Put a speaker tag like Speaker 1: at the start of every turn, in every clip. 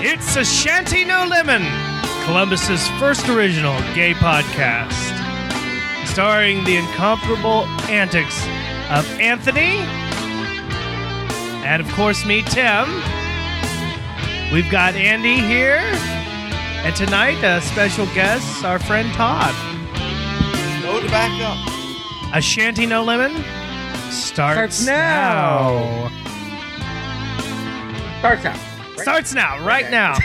Speaker 1: This is Shanty No Lemon, Columbus's first original gay podcast, starring the incomparable antics of Anthony and, of course, me, Tim. We've got Andy here, and tonight a special guest, our friend Todd.
Speaker 2: No tobacco.
Speaker 1: A Shanty No Lemon starts,
Speaker 3: Starts now.
Speaker 1: now.
Speaker 3: Starts out.
Speaker 1: Starts now, right now.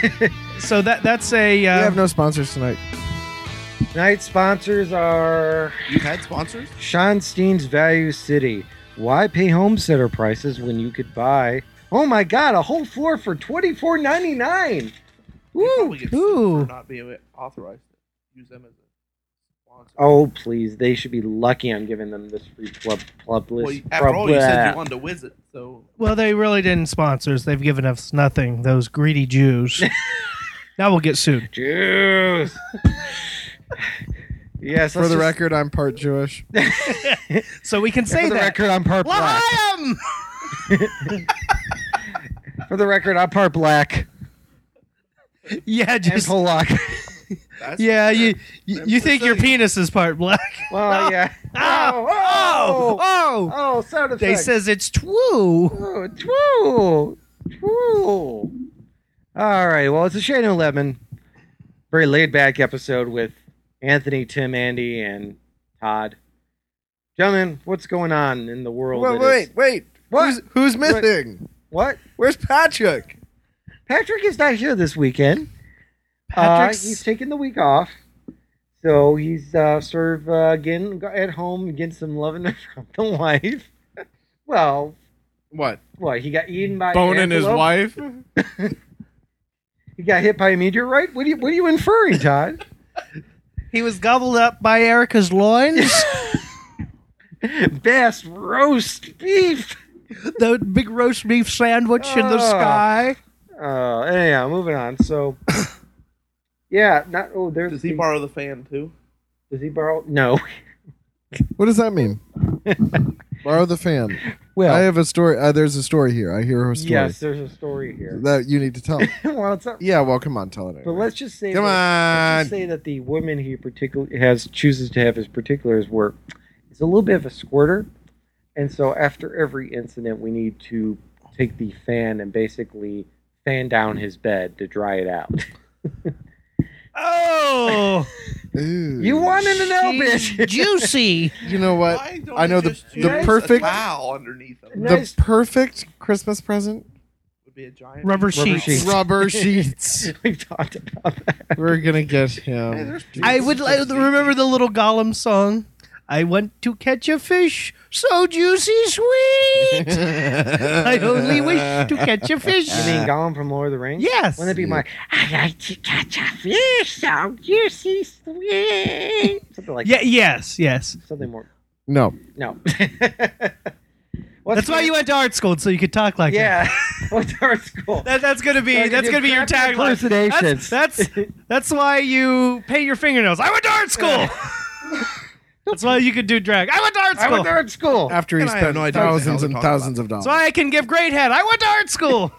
Speaker 1: so that that's a uh,
Speaker 4: we have no sponsors tonight.
Speaker 3: Night sponsors are
Speaker 2: You had sponsors?
Speaker 3: Sean Steen's Value City. Why pay home center prices when you could buy? Oh my God, a whole floor for twenty four ninety nine. Woo!
Speaker 4: Ooh.
Speaker 2: Not being authorized to use them as a sponsor.
Speaker 3: Oh please, they should be lucky I'm giving them this free club club list.
Speaker 2: well, you- after all, you said
Speaker 3: Blah.
Speaker 2: you wanted to visit, so
Speaker 1: Well, they really didn't sponsor us. They've given us nothing, those greedy Jews. now we'll get sued.
Speaker 3: Juice. yes.
Speaker 4: For
Speaker 3: let's
Speaker 4: the
Speaker 3: just-
Speaker 4: record, I'm part Jewish.
Speaker 1: So we can say
Speaker 3: for the
Speaker 1: that.
Speaker 3: record, I'm part black.
Speaker 1: Lahayim!
Speaker 3: For the record, I'm part black
Speaker 1: Yeah,
Speaker 3: and
Speaker 1: just.
Speaker 3: Polak.
Speaker 2: that's
Speaker 1: Yeah, you you,
Speaker 2: That's
Speaker 1: you
Speaker 2: the
Speaker 1: think your
Speaker 2: thing.
Speaker 1: penis is part black.
Speaker 3: well, yeah.
Speaker 1: Oh, oh, oh.
Speaker 3: Oh, sound
Speaker 1: They
Speaker 3: effect.
Speaker 1: says it's true.
Speaker 3: Oh, Twoo! Twoo! All right. Well, it's a Shane and Lemon. Very laid back episode with Anthony, Tim, Andy, and Todd. Gentlemen, what's going on in the world?
Speaker 4: wait,
Speaker 3: that is-
Speaker 4: wait, wait.
Speaker 3: What?
Speaker 4: Who's, who's missing?
Speaker 3: What?
Speaker 4: Where's Patrick?
Speaker 3: Patrick is not here this weekend. Uh,
Speaker 1: Patrick's-
Speaker 3: he's taking the week off. So he's uh, sort of uh, again at home, getting some loving from the wife. well,
Speaker 2: What?
Speaker 3: what? He got eaten by
Speaker 4: Boning his
Speaker 3: antelope?
Speaker 4: wife?
Speaker 3: He got hit by a meteorite. What are you? What are you inferring, Todd?
Speaker 1: He was gobbled up by Erica's loins.
Speaker 3: Best roast beef.
Speaker 1: the big roast beef sandwich in the
Speaker 3: Ah.
Speaker 1: sky.
Speaker 3: Uh, anyhow, moving on. So, yeah, not. Oh, there's.
Speaker 2: Does he
Speaker 3: the-
Speaker 2: borrow the fan too?
Speaker 3: Does he borrow? No.
Speaker 4: What does that mean? Borrow the fan.
Speaker 3: Well,
Speaker 4: I have a story. Uh, there's a story here. I hear a story
Speaker 3: yes, there's a story here.
Speaker 4: that you need to tell.
Speaker 3: well, it's up.
Speaker 4: yeah, well, come on, tell it.
Speaker 3: But
Speaker 4: Anyway.
Speaker 3: let's just say.
Speaker 4: Come
Speaker 3: that,
Speaker 4: on.
Speaker 3: Let's just say that the woman he particularly has chooses to have his particulars work is a little bit of a squirter, and so after every incident, we need to take the fan and basically fan down his bed to dry it out.
Speaker 1: Oh,
Speaker 4: Ooh.
Speaker 3: You wanted to know,
Speaker 1: she's
Speaker 3: bitch.
Speaker 1: juicy.
Speaker 4: You know what?
Speaker 2: Why don't
Speaker 4: I know
Speaker 2: you
Speaker 4: the-
Speaker 2: just
Speaker 4: the
Speaker 2: use a
Speaker 4: perfect-
Speaker 2: towel underneath them
Speaker 3: Nice.
Speaker 4: The perfect Christmas present?
Speaker 2: would be a giant
Speaker 1: Rubber sheets.
Speaker 3: sheets.
Speaker 4: Rubber sheets.
Speaker 3: We've talked about that.
Speaker 4: We're gonna get
Speaker 2: Hey,
Speaker 4: him.
Speaker 2: there's two
Speaker 1: I would like
Speaker 2: different
Speaker 1: remember the little Gollum song. I want to catch a fish so juicy sweet. I
Speaker 4: I
Speaker 1: only wish to catch a fish.
Speaker 3: You mean Gollum from Lord of the Rings?
Speaker 1: yes.
Speaker 3: Wouldn't it be my I like to catch a fish so juicy sweet? Something like
Speaker 1: yeah, yes, yes.
Speaker 3: that. Something more.
Speaker 4: No.
Speaker 3: No.
Speaker 1: That's why you went to art school so you could talk like that.
Speaker 3: Yeah. What's our school?
Speaker 1: That, that's gonna be
Speaker 3: So I can
Speaker 1: that's
Speaker 3: do
Speaker 1: gonna be your
Speaker 3: crappy
Speaker 1: tagline. That's,
Speaker 3: impersonations.
Speaker 1: that's that's why you paint your fingernails. I went to art school. that's why you could do drag. I went to art
Speaker 3: I
Speaker 1: school.
Speaker 3: went to art school.
Speaker 4: After he
Speaker 2: And I have
Speaker 4: spent
Speaker 2: no idea what the hell
Speaker 4: thousands
Speaker 2: they're
Speaker 4: and
Speaker 2: talking
Speaker 4: thousands of dollars.
Speaker 1: that's why I can give great head. I went to art school.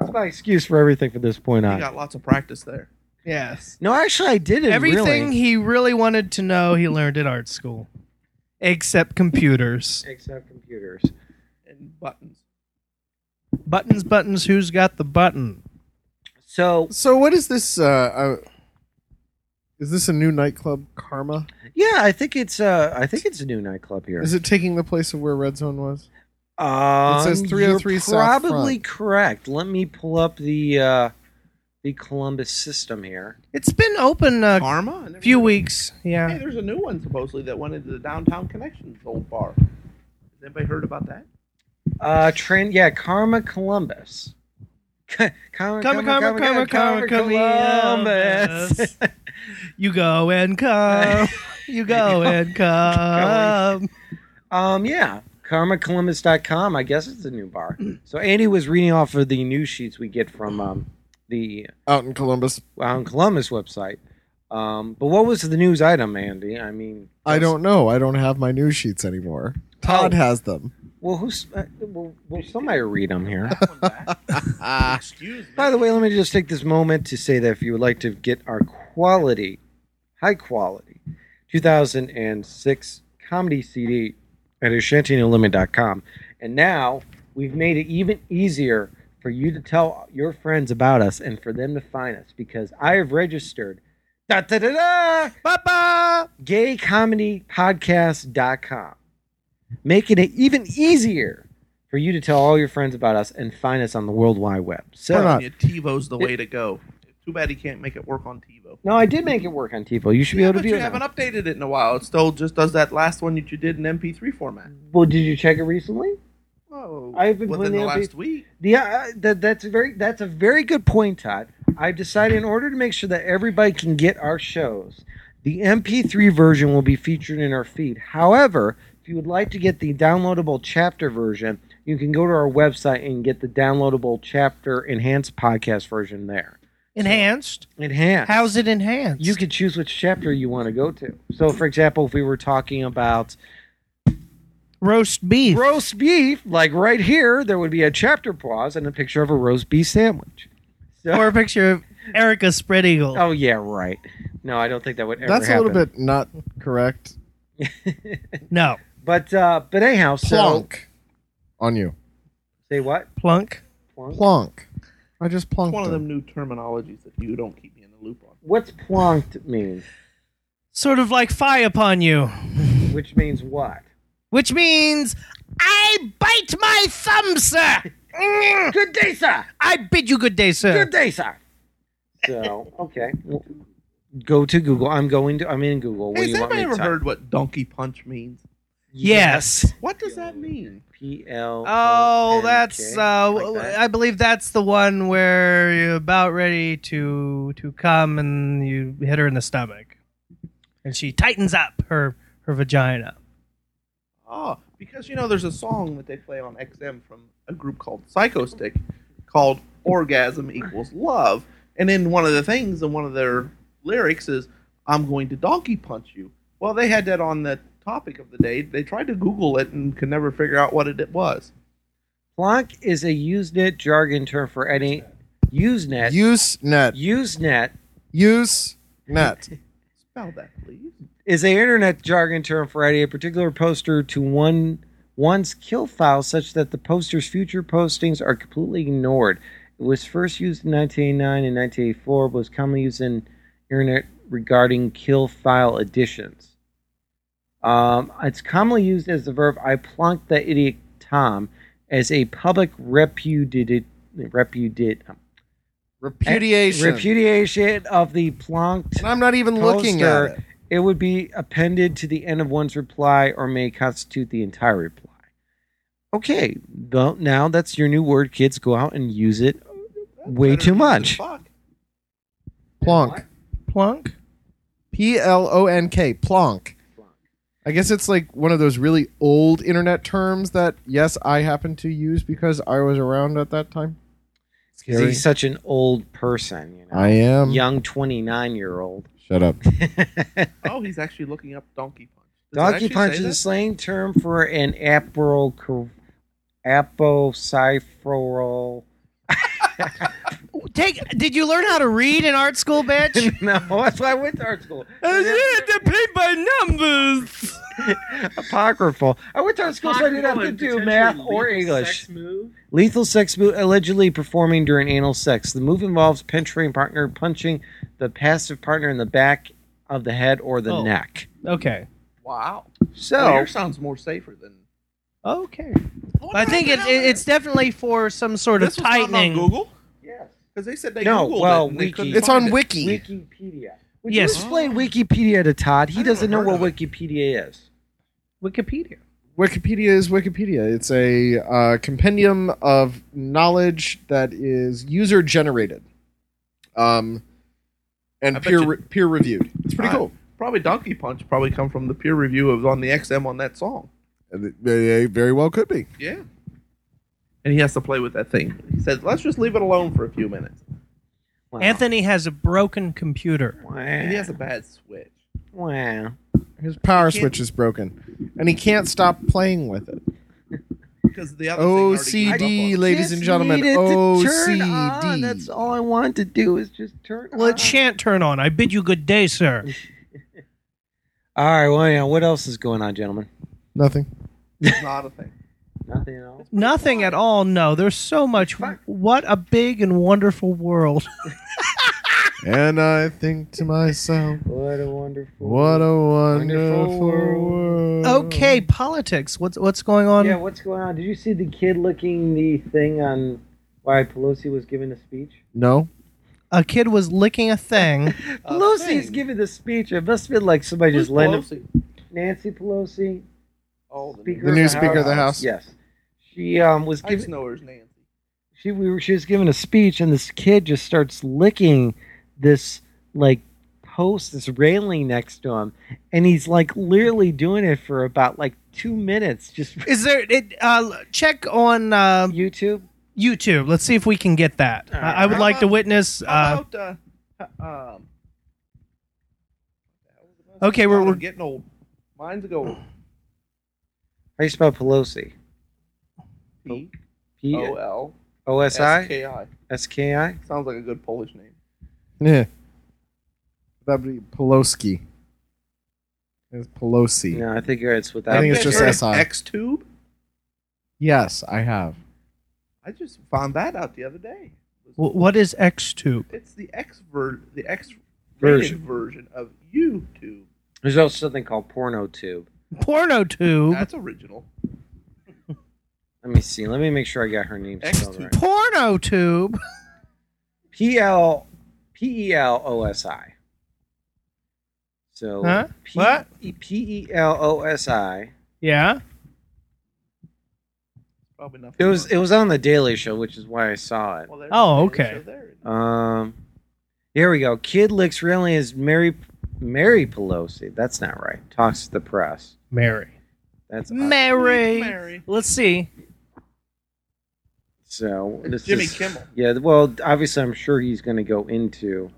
Speaker 3: That's my excuse for everything from this point
Speaker 2: You
Speaker 3: on.
Speaker 2: got lots of practice there.
Speaker 1: yes.
Speaker 3: No, actually, I did it.
Speaker 1: Everything
Speaker 3: Really.
Speaker 1: he really wanted to know, he learned at art school, except computers.
Speaker 3: Except computers.
Speaker 2: And buttons.
Speaker 1: Buttons, buttons. Who's got the button?
Speaker 3: So
Speaker 4: So what is this? Uh, uh, is this a new nightclub, Karma?
Speaker 3: yeah, I think it's uh, I think it's a new nightclub here.
Speaker 4: Is it taking the place of where Red Zone was?
Speaker 3: Um,
Speaker 4: says 303
Speaker 3: you're
Speaker 4: South
Speaker 3: Probably
Speaker 4: Front.
Speaker 3: correct. Let me pull up the uh, the Columbus system here.
Speaker 1: It's been open a
Speaker 2: Karma? I never
Speaker 1: few
Speaker 2: heard of
Speaker 1: weeks.
Speaker 2: that. Hey,
Speaker 1: Yeah.
Speaker 2: there's a new one supposedly that went into the downtown connections old bar. Has anybody heard about that?
Speaker 3: Uh, trend, yeah, Karma Columbus. Karma,
Speaker 1: Karma, Karma, Karma, Karma, Columbus.
Speaker 3: Columbus.
Speaker 1: You go and come. You go and come.
Speaker 3: um, yeah, KarmaColumbus.com. I guess it's a new bar. So Andy was reading off of the news sheets we get from um, the
Speaker 4: Out in Columbus.
Speaker 3: on Columbus website. Um, but what was the news item, Andy? I mean,
Speaker 4: I don't know. I don't have my news sheets anymore. Todd
Speaker 3: Oh.
Speaker 4: has them.
Speaker 3: Well, who's uh, We'll, we'll somebody read them here.
Speaker 2: That one back.
Speaker 5: Ah,
Speaker 2: Excuse me.
Speaker 3: By the way, let me just take this moment to say that if you would like to get our quality, high quality, 2006 comedy CD at AshantiNoLimit.com. And now we've made it even easier for you to tell your friends about us and for them to find us because I have registered da da da da
Speaker 5: Papa!
Speaker 3: gaycomedypodcast.com, making it even easier for you to tell all your friends about us and find us on the World Wide Web. So,
Speaker 4: Why not?
Speaker 2: Yeah, TiVo's the way to go. Too bad he can't make it work on TiVo.
Speaker 3: No, I did make it work on TiVo. You should be
Speaker 2: Yeah,
Speaker 3: able to
Speaker 2: but
Speaker 3: view
Speaker 2: you
Speaker 3: it. now.
Speaker 2: haven't updated it in a while. It still just does that last one that you did in MP3 format.
Speaker 3: Well, did you check it recently?
Speaker 2: Oh,
Speaker 3: I've been
Speaker 2: within the
Speaker 3: playing the MP3
Speaker 2: last week.
Speaker 3: Yeah, uh, that, that's a very that's a very good point, Todd. I've decided in order to make sure that everybody can get our shows, the MP3 version will be featured in our feed. However, if you would like to get the downloadable chapter version, you can go to our website and get the downloadable chapter enhanced podcast version there.
Speaker 1: Enhanced?
Speaker 3: Enhanced.
Speaker 1: How's it enhanced?
Speaker 3: you can choose which chapter you want to go to. So, for example, if we were talking about
Speaker 1: roast beef.
Speaker 3: roast beef, like right here, there would be a chapter pause and a picture of a roast beef sandwich. So,
Speaker 1: or a picture of Erica Spread Eagle.
Speaker 3: oh yeah, right. No, I don't think that would ever
Speaker 4: That's a
Speaker 3: happen.
Speaker 4: little bit not correct.
Speaker 1: No.
Speaker 3: But uh, but anyhow, so
Speaker 4: Plonk on you.
Speaker 3: say what?
Speaker 1: Plunk.
Speaker 3: Plonk?
Speaker 4: Plonk. I just
Speaker 2: It's
Speaker 4: plonked.
Speaker 2: one of
Speaker 4: them.
Speaker 2: them new terminologies that you don't keep me in the loop on.
Speaker 3: What's plonked mean?
Speaker 1: Sort of like fie upon you.
Speaker 3: Which means what?
Speaker 1: Which means I bite my thumb, sir. Mm.
Speaker 3: Good day, sir.
Speaker 1: I bid you good day, sir.
Speaker 3: Good day, sir. So okay, well, go to Google. I'm going to. I'm in Google. What
Speaker 2: Hey,
Speaker 3: do
Speaker 2: has
Speaker 3: you want me
Speaker 2: anybody
Speaker 3: to
Speaker 2: ever
Speaker 3: type?
Speaker 2: heard what donkey punch means?
Speaker 1: Yes.
Speaker 2: What does that mean?
Speaker 3: P L. O
Speaker 1: Oh,
Speaker 3: N K,
Speaker 1: that's uh,
Speaker 3: like that.
Speaker 1: I believe that's the one where you're about ready to to come and you hit her in the stomach, and she tightens up her her vagina.
Speaker 2: Oh, because you know there's a song that they play on XM from a group called Psycho Stick called Orgasm Equals Love. And in one of the things in one of their lyrics is I'm going to donkey punch you. Well, they had that on the topic of the day. They tried to Google it and could never figure out what it, it was.
Speaker 3: Plonk is a Usenet jargon term for any Usenet.
Speaker 4: Use net.
Speaker 3: Usenet
Speaker 4: Use net.
Speaker 2: Spell that, please.
Speaker 3: is a internet jargon term for adding a particular poster to one one's kill file such that the poster's future postings are completely ignored. It was first used in 1989 and 1984, but was commonly used in internet regarding kill file additions. Um, it's commonly used as the verb "I plunked that idiot Tom" as a public repudiated repudiated um,
Speaker 4: Repudiation.
Speaker 3: repudiation of the plunked
Speaker 4: and I'm not even looking at
Speaker 3: poster,
Speaker 4: it.
Speaker 3: it would be appended to the end of one's reply or may constitute the entire reply. Okay, well, now that's your new word, kids. Go out and use it. Way
Speaker 2: Better
Speaker 3: too
Speaker 2: than
Speaker 3: much.
Speaker 2: Fuck.
Speaker 4: Plonk.
Speaker 1: Plunk.
Speaker 4: P L O N K. Plonk. I guess it's like one of those really old internet terms that yes, I happen to use because I was around at that time.
Speaker 3: 'Cause
Speaker 4: Scary.
Speaker 3: he's such an old person, you know.
Speaker 4: I am.
Speaker 3: Young 29 year old.
Speaker 4: Shut up.
Speaker 2: Oh, he's actually looking up donkey punch. Does it
Speaker 3: Donkey
Speaker 2: actually say
Speaker 3: punch is a
Speaker 2: that?
Speaker 3: slang term for an apro apocyphral.
Speaker 1: Take. Did you learn how to read in art school, bitch?
Speaker 3: no, that's why I went to art school.
Speaker 1: to play by numbers.
Speaker 3: Apocryphal. I went to art school, so I didn't have to
Speaker 6: and
Speaker 3: do
Speaker 6: potentially
Speaker 3: math or
Speaker 6: lethal
Speaker 3: English.
Speaker 6: sex move.
Speaker 3: Lethal sex move allegedly performing during anal sex. The move involves penetrating partner, punching the passive partner in the back of the head or the
Speaker 1: Oh.
Speaker 3: neck.
Speaker 1: Okay.
Speaker 2: Wow. Well,
Speaker 3: So,
Speaker 2: yours sounds more safer than.
Speaker 3: Oh,
Speaker 1: Okay. I think it, it, it's definitely for some sort
Speaker 2: This
Speaker 1: of
Speaker 2: was found
Speaker 1: tightening.
Speaker 2: on Google?
Speaker 3: yes,
Speaker 2: Because they said they
Speaker 3: No,
Speaker 2: Googled
Speaker 3: well,
Speaker 2: it. And they
Speaker 3: Wiki.
Speaker 2: couldn't
Speaker 4: It's
Speaker 2: find
Speaker 4: on
Speaker 2: it.
Speaker 4: Wiki.
Speaker 3: Wikipedia. Would
Speaker 1: Yes.
Speaker 3: you explain Wikipedia to Todd? He
Speaker 2: I
Speaker 3: doesn't know
Speaker 2: never
Speaker 3: what
Speaker 2: heard
Speaker 3: Wikipedia is.
Speaker 1: Wikipedia.
Speaker 4: Wikipedia is Wikipedia. It's a uh, compendium of knowledge that is user generated, um,
Speaker 2: I
Speaker 4: and
Speaker 2: bet
Speaker 4: peer
Speaker 2: you-
Speaker 4: re- peer reviewed. It's pretty
Speaker 2: I-
Speaker 4: cool.
Speaker 2: Probably Donkey Punch probably come from the peer review of on the XM on that song.
Speaker 4: They very well could be.
Speaker 2: Yeah. And he has to play with that thing. He says, "Let's just leave it alone for a few minutes."
Speaker 3: Wow.
Speaker 1: Anthony has a broken computer.
Speaker 2: And he has
Speaker 3: Wow.
Speaker 2: a bad switch.
Speaker 3: wow.
Speaker 4: His power
Speaker 2: can't-
Speaker 4: switch is broken, and he can't stop playing with it.
Speaker 2: because the other thing already
Speaker 4: OCD,
Speaker 2: gave up on it.
Speaker 4: ladies
Speaker 3: Just
Speaker 4: and gentlemen.
Speaker 3: needed to turn on.
Speaker 4: OCD.
Speaker 3: That's all I want to do is just turn
Speaker 1: Well, it
Speaker 3: on.
Speaker 1: shan't turn on. I bid you good day, sir.
Speaker 3: All right, well, yeah, what else is going on, gentlemen?
Speaker 4: Nothing.
Speaker 2: It's not a thing.
Speaker 3: Nothing at all.
Speaker 1: Nothing at all. No, there's so much. What a big and wonderful world.
Speaker 4: And I think to myself,
Speaker 3: What a wonderful.
Speaker 4: what a wonderful
Speaker 3: Wonderful
Speaker 4: world.
Speaker 3: world.
Speaker 1: okay, politics. What's what's going on?
Speaker 3: Yeah, what's going on? Did you see the kid licking the thing on why Pelosi was giving a speech?
Speaker 4: No.
Speaker 1: A kid was licking a thing.
Speaker 3: Pelosi's
Speaker 2: thing.
Speaker 3: Uh, giving the speech. It must have been like somebody just
Speaker 2: Who's
Speaker 3: lent
Speaker 2: Pelosi?
Speaker 3: Nancy Pelosi,
Speaker 2: Oh, the
Speaker 3: speaker
Speaker 4: The
Speaker 3: of
Speaker 4: new
Speaker 3: the
Speaker 4: Speaker of the House.
Speaker 3: Yes, she um was
Speaker 2: I just
Speaker 3: giving
Speaker 2: know her as Nancy.
Speaker 3: she we were, she was giving a speech, and this kid just starts licking this like post, this railing next to him, and he's like literally doing it for about like two minutes. Just
Speaker 1: Is there? It, uh, check on uh,
Speaker 3: YouTube.
Speaker 1: YouTube. Let's see if we can get that.
Speaker 3: All
Speaker 1: I, I would
Speaker 2: right.
Speaker 1: like to witness.
Speaker 2: How
Speaker 1: Uh,
Speaker 2: about uh, uh, um?
Speaker 1: Okay, we're-
Speaker 2: God,
Speaker 1: we're-
Speaker 2: I'm getting old. Mine's going
Speaker 3: How do you spell Pelosi?
Speaker 2: P
Speaker 3: P
Speaker 2: O L
Speaker 3: O S
Speaker 2: S
Speaker 3: I
Speaker 2: K I.
Speaker 3: S K I.
Speaker 2: Sounds like a good Polish name.
Speaker 4: Yeah. That'd be Pelosi. It's Pelosi.
Speaker 3: No, I think it's without.
Speaker 4: I think it's
Speaker 2: You guys
Speaker 4: just
Speaker 2: heard of
Speaker 4: SI.
Speaker 2: X-Tube?
Speaker 4: Yes, I have.
Speaker 2: I just found that out the other day.
Speaker 1: wh- what is Xtube?
Speaker 2: It's the X ver- the X
Speaker 3: Version.
Speaker 2: version version of YouTube.
Speaker 3: There's also something called porno tube.
Speaker 1: Pornotube.
Speaker 2: That's original.
Speaker 3: Let me see. Let me make sure I got her name spelled
Speaker 2: X-tube.
Speaker 3: right.
Speaker 1: Pornotube.
Speaker 3: P L P E L O S I. So
Speaker 1: Huh?
Speaker 3: P-
Speaker 1: What?
Speaker 3: P E L O S I.
Speaker 1: Yeah.
Speaker 2: Probably nothing.
Speaker 3: It was
Speaker 2: wrong.
Speaker 3: it was on the Daily Show, which is why I saw it.
Speaker 2: Well, there's
Speaker 1: Oh,
Speaker 2: the
Speaker 1: okay.
Speaker 2: show there.
Speaker 3: Um, here we go. Kid licks railing is Mary Mary Pelosi. That's not right. Talks to the press.
Speaker 1: Mary.
Speaker 3: That's odd.
Speaker 1: Mary.
Speaker 2: Mary.
Speaker 1: Let's see.
Speaker 3: So
Speaker 2: It's
Speaker 3: this
Speaker 2: Jimmy
Speaker 3: is-
Speaker 2: Kimmel.
Speaker 3: Yeah, well, obviously, I'm sure he's going to go into.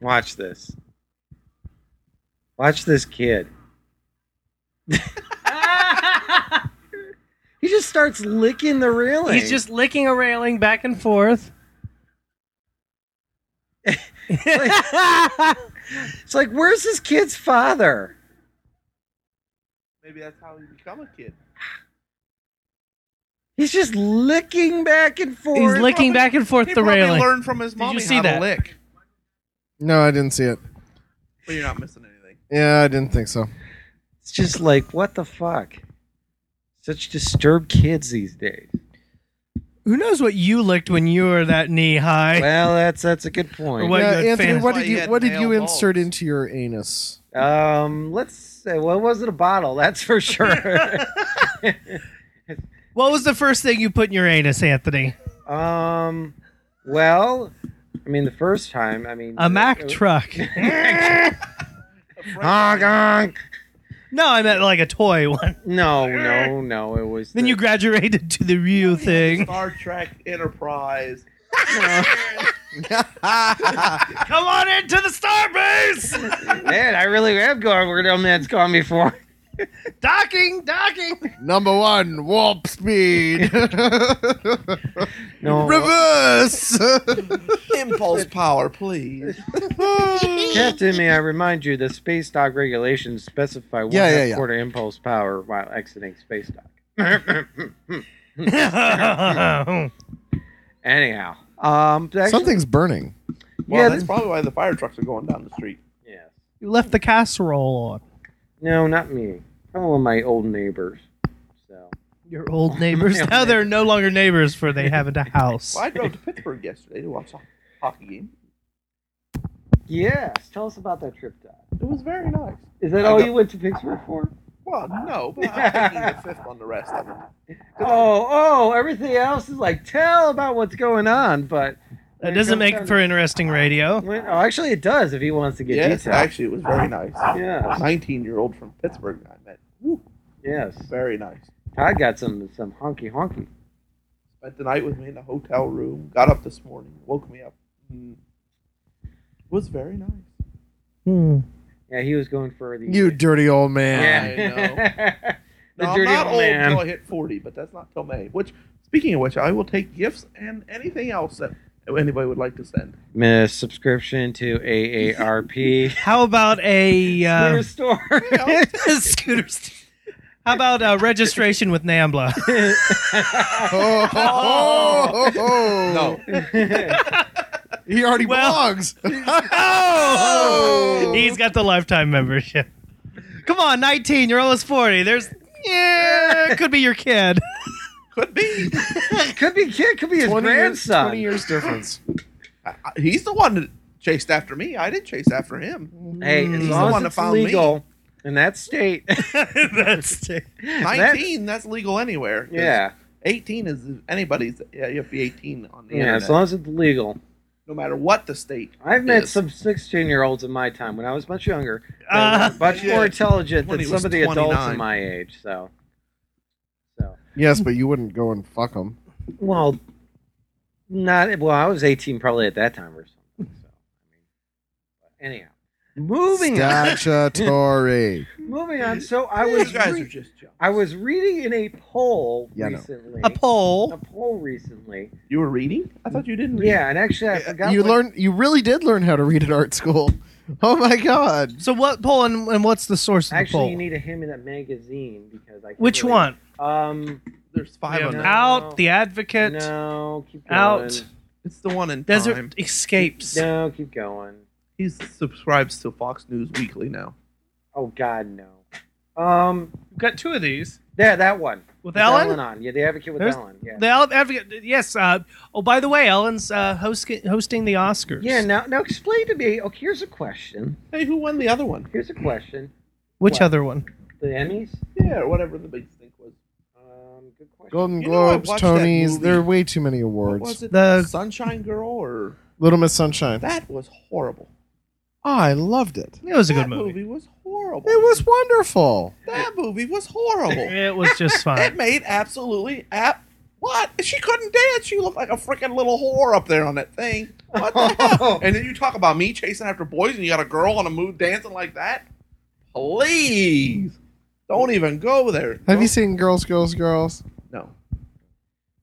Speaker 3: Watch this. Watch this kid. he just starts licking the railing.
Speaker 1: He's just licking a railing back and forth.
Speaker 3: It's like, where's this kid's father?
Speaker 2: Maybe that's how you become a kid.
Speaker 3: He's just licking back and forth.
Speaker 1: He's licking back and forth
Speaker 2: He
Speaker 1: the
Speaker 2: probably
Speaker 1: railing.
Speaker 2: learned from his
Speaker 1: you
Speaker 2: mommy
Speaker 1: see
Speaker 2: how
Speaker 1: that?
Speaker 2: to lick.
Speaker 4: No, I didn't see it.
Speaker 2: But you're not missing anything.
Speaker 4: Yeah, I didn't think so.
Speaker 3: It's just like, what the fuck? Such disturbed kids these days.
Speaker 1: Who knows what you licked when you were that knee high?
Speaker 3: Well, that's that's a good point.
Speaker 1: What
Speaker 4: yeah,
Speaker 1: good
Speaker 4: Anthony,
Speaker 1: fans.
Speaker 4: what
Speaker 2: That's why
Speaker 4: did you
Speaker 2: he had
Speaker 4: what did you
Speaker 2: male
Speaker 4: insert
Speaker 2: balls.
Speaker 4: into your anus?
Speaker 3: Um, let's say, well, it wasn't a bottle, that's for sure.
Speaker 1: What was the first thing you put in your anus, Anthony?
Speaker 3: um, well, I mean, the first time, I mean,
Speaker 1: A Mack
Speaker 3: it-
Speaker 1: truck.
Speaker 3: Honk, honk.
Speaker 1: No, I meant like a toy one.
Speaker 3: No, no, no, it was.
Speaker 1: Then
Speaker 3: the-
Speaker 1: you graduated to the real thing.
Speaker 2: Star Trek Enterprise.
Speaker 1: Come on into the starbase!
Speaker 3: Man, I really am going where no man's gone before.
Speaker 1: docking, docking.
Speaker 4: Number one, warp speed.
Speaker 3: No.
Speaker 4: Reverse.
Speaker 2: Impulse power, please.
Speaker 3: Captain, may I remind you that space dock regulations specify one
Speaker 4: Yeah, yeah,
Speaker 3: half
Speaker 4: yeah.
Speaker 3: quarter impulse power while exiting space dock. Anyhow, um, actually-
Speaker 4: Something's burning.
Speaker 2: Well,
Speaker 3: Yeah,
Speaker 2: that's
Speaker 3: th-
Speaker 2: probably why the fire trucks are going down the street.
Speaker 3: Yes.
Speaker 1: you left the casserole on.
Speaker 3: No, not me. Probably one of my old neighbors. So
Speaker 1: Your old neighbors. now they're no longer neighbors, for they haven't a house.
Speaker 2: Well, I drove to Pittsburgh yesterday to watch a hockey game.
Speaker 3: yes, tell us about that trip, Doc.
Speaker 2: It was very nice.
Speaker 3: Is that
Speaker 2: I
Speaker 3: all
Speaker 2: got-
Speaker 3: you went to Pittsburgh for?
Speaker 2: Well, no, but I'm taking the fifth on the rest of it.
Speaker 3: Oh, oh, everything else is like tell about what's going on, but
Speaker 1: that doesn't make it for interesting radio.
Speaker 3: Well, Oh, actually, it does if he wants to get
Speaker 2: Yes,
Speaker 3: detailed.
Speaker 2: actually, it was very nice.
Speaker 3: Yes,
Speaker 2: 19 year old from Pittsburgh I met. Woo,
Speaker 3: yes.
Speaker 2: very nice.
Speaker 3: Todd got some some honky honky.
Speaker 2: Spent the night with me in a hotel room. Got up this morning, woke me up, Mm. Was very nice.
Speaker 3: Yeah, he was going for the
Speaker 4: You dirty old man.
Speaker 3: Yeah, the
Speaker 2: Now, I'm
Speaker 3: dirty
Speaker 2: not
Speaker 3: old
Speaker 2: old
Speaker 3: man.
Speaker 2: until I hit 40, but that's not till May. Which, speaking of which, I will take gifts and anything else that anybody would like to send.
Speaker 3: Miss subscription to AARP.
Speaker 1: How about a uh,
Speaker 3: Clear store.
Speaker 1: scooters? How about uh, registration with NAMBLA?
Speaker 4: Oh, ho, ho, ho. Oh. he already
Speaker 1: Well-
Speaker 4: belongs.
Speaker 1: Oh!
Speaker 4: Oh.
Speaker 1: He's got the lifetime membership. Come on, 19, you're almost 40. There's, yeah, could be your kid.
Speaker 2: Could be.
Speaker 3: could be kid, could be his
Speaker 4: years,
Speaker 3: grandson.
Speaker 4: 20 years difference.
Speaker 2: I- I- He's the one that chased after me. I didn't chase after him.
Speaker 3: Hey, as
Speaker 2: He's the
Speaker 3: long
Speaker 2: one
Speaker 3: as
Speaker 2: that
Speaker 3: it's
Speaker 2: found me.
Speaker 3: legal in that state.
Speaker 1: That's
Speaker 3: That's-
Speaker 2: 19, that's, legal anywhere. 'cause
Speaker 3: Yeah,
Speaker 2: 18 is anybody's. Yeah, you have to be 18 on the
Speaker 3: yeah.
Speaker 2: internet.
Speaker 3: As long as it's legal.
Speaker 2: no matter what the state.
Speaker 3: I've met
Speaker 2: is.
Speaker 3: some 16 year olds in my time when I was much younger,
Speaker 1: Uh,
Speaker 3: that were much
Speaker 2: yeah.
Speaker 3: more intelligent
Speaker 2: When
Speaker 3: than
Speaker 2: he
Speaker 3: some
Speaker 2: was
Speaker 3: of the adults
Speaker 2: 29.
Speaker 3: in my age. So, so
Speaker 4: Yes, but you wouldn't go and fuck him.
Speaker 3: well, not well. I was 18 probably at that time or something. So, I mean, but anyhow, moving on.
Speaker 4: Statutory.
Speaker 3: Moving on. So I
Speaker 2: You
Speaker 3: was
Speaker 2: guys
Speaker 3: re-
Speaker 2: are just jealous.
Speaker 3: I was reading in a poll
Speaker 4: Yeah, I know.
Speaker 3: recently.
Speaker 1: a poll.
Speaker 3: A poll recently.
Speaker 2: You were reading? I thought you didn't read.
Speaker 3: Yeah, and actually I forgot.
Speaker 4: you
Speaker 3: what-
Speaker 4: learn. You really did learn how to read at art school. Oh my god.
Speaker 1: So what poll and, and what's the source of the
Speaker 3: Actually,
Speaker 1: poll?
Speaker 3: you need a him in that magazine because I. can't
Speaker 1: Which
Speaker 3: really-
Speaker 1: one?
Speaker 3: Um.
Speaker 2: There's five
Speaker 1: We have
Speaker 2: on
Speaker 3: no.
Speaker 2: that.
Speaker 1: Out, The Advocate,
Speaker 3: No. Keep going.
Speaker 1: Out,
Speaker 2: It's the one in
Speaker 1: Desert
Speaker 2: time.
Speaker 1: Escapes.
Speaker 3: No, keep going.
Speaker 2: He subscribes to Fox News Weekly now.
Speaker 3: Oh God, no. Um.
Speaker 1: We've got two of these.
Speaker 3: There, that one.
Speaker 1: With Ellen?
Speaker 3: on. Yeah, the advocate with
Speaker 1: There's-
Speaker 3: Ellen. Yeah.
Speaker 1: The Al- Advocate, yes. Uh, oh, by the way, Ellen's uh, host- hosting the Oscars.
Speaker 3: Yeah. Now, now explain to me. Okay, here's a question.
Speaker 2: Hey, who won the other one?
Speaker 3: Here's a question.
Speaker 1: Which
Speaker 3: What?
Speaker 1: other one?
Speaker 3: The Emmys.
Speaker 2: Yeah, or whatever the big thing was.
Speaker 3: Um. Good question.
Speaker 4: Golden
Speaker 2: You know, I
Speaker 4: Globes,
Speaker 2: watched that
Speaker 4: Tonys.
Speaker 2: movie.
Speaker 4: There are way too many
Speaker 2: What was
Speaker 4: awards.
Speaker 2: it?
Speaker 1: The-
Speaker 2: Sunshine Girl or
Speaker 4: Little Miss Sunshine.
Speaker 2: that was horrible.
Speaker 4: I loved it.
Speaker 1: It was a
Speaker 2: that
Speaker 1: good movie.
Speaker 2: was horrible.
Speaker 4: It was wonderful.
Speaker 2: that movie was horrible.
Speaker 1: It was just
Speaker 2: it
Speaker 1: fine.
Speaker 2: made absolutely app. What? She couldn't dance. She looked like a freaking little whore up there on that thing. What the hell? And then you talk about me chasing after boys, and you got a girl on a move dancing like that. Please, don't even go there.
Speaker 4: Have you seen Girls, Girls, Girls?
Speaker 2: No.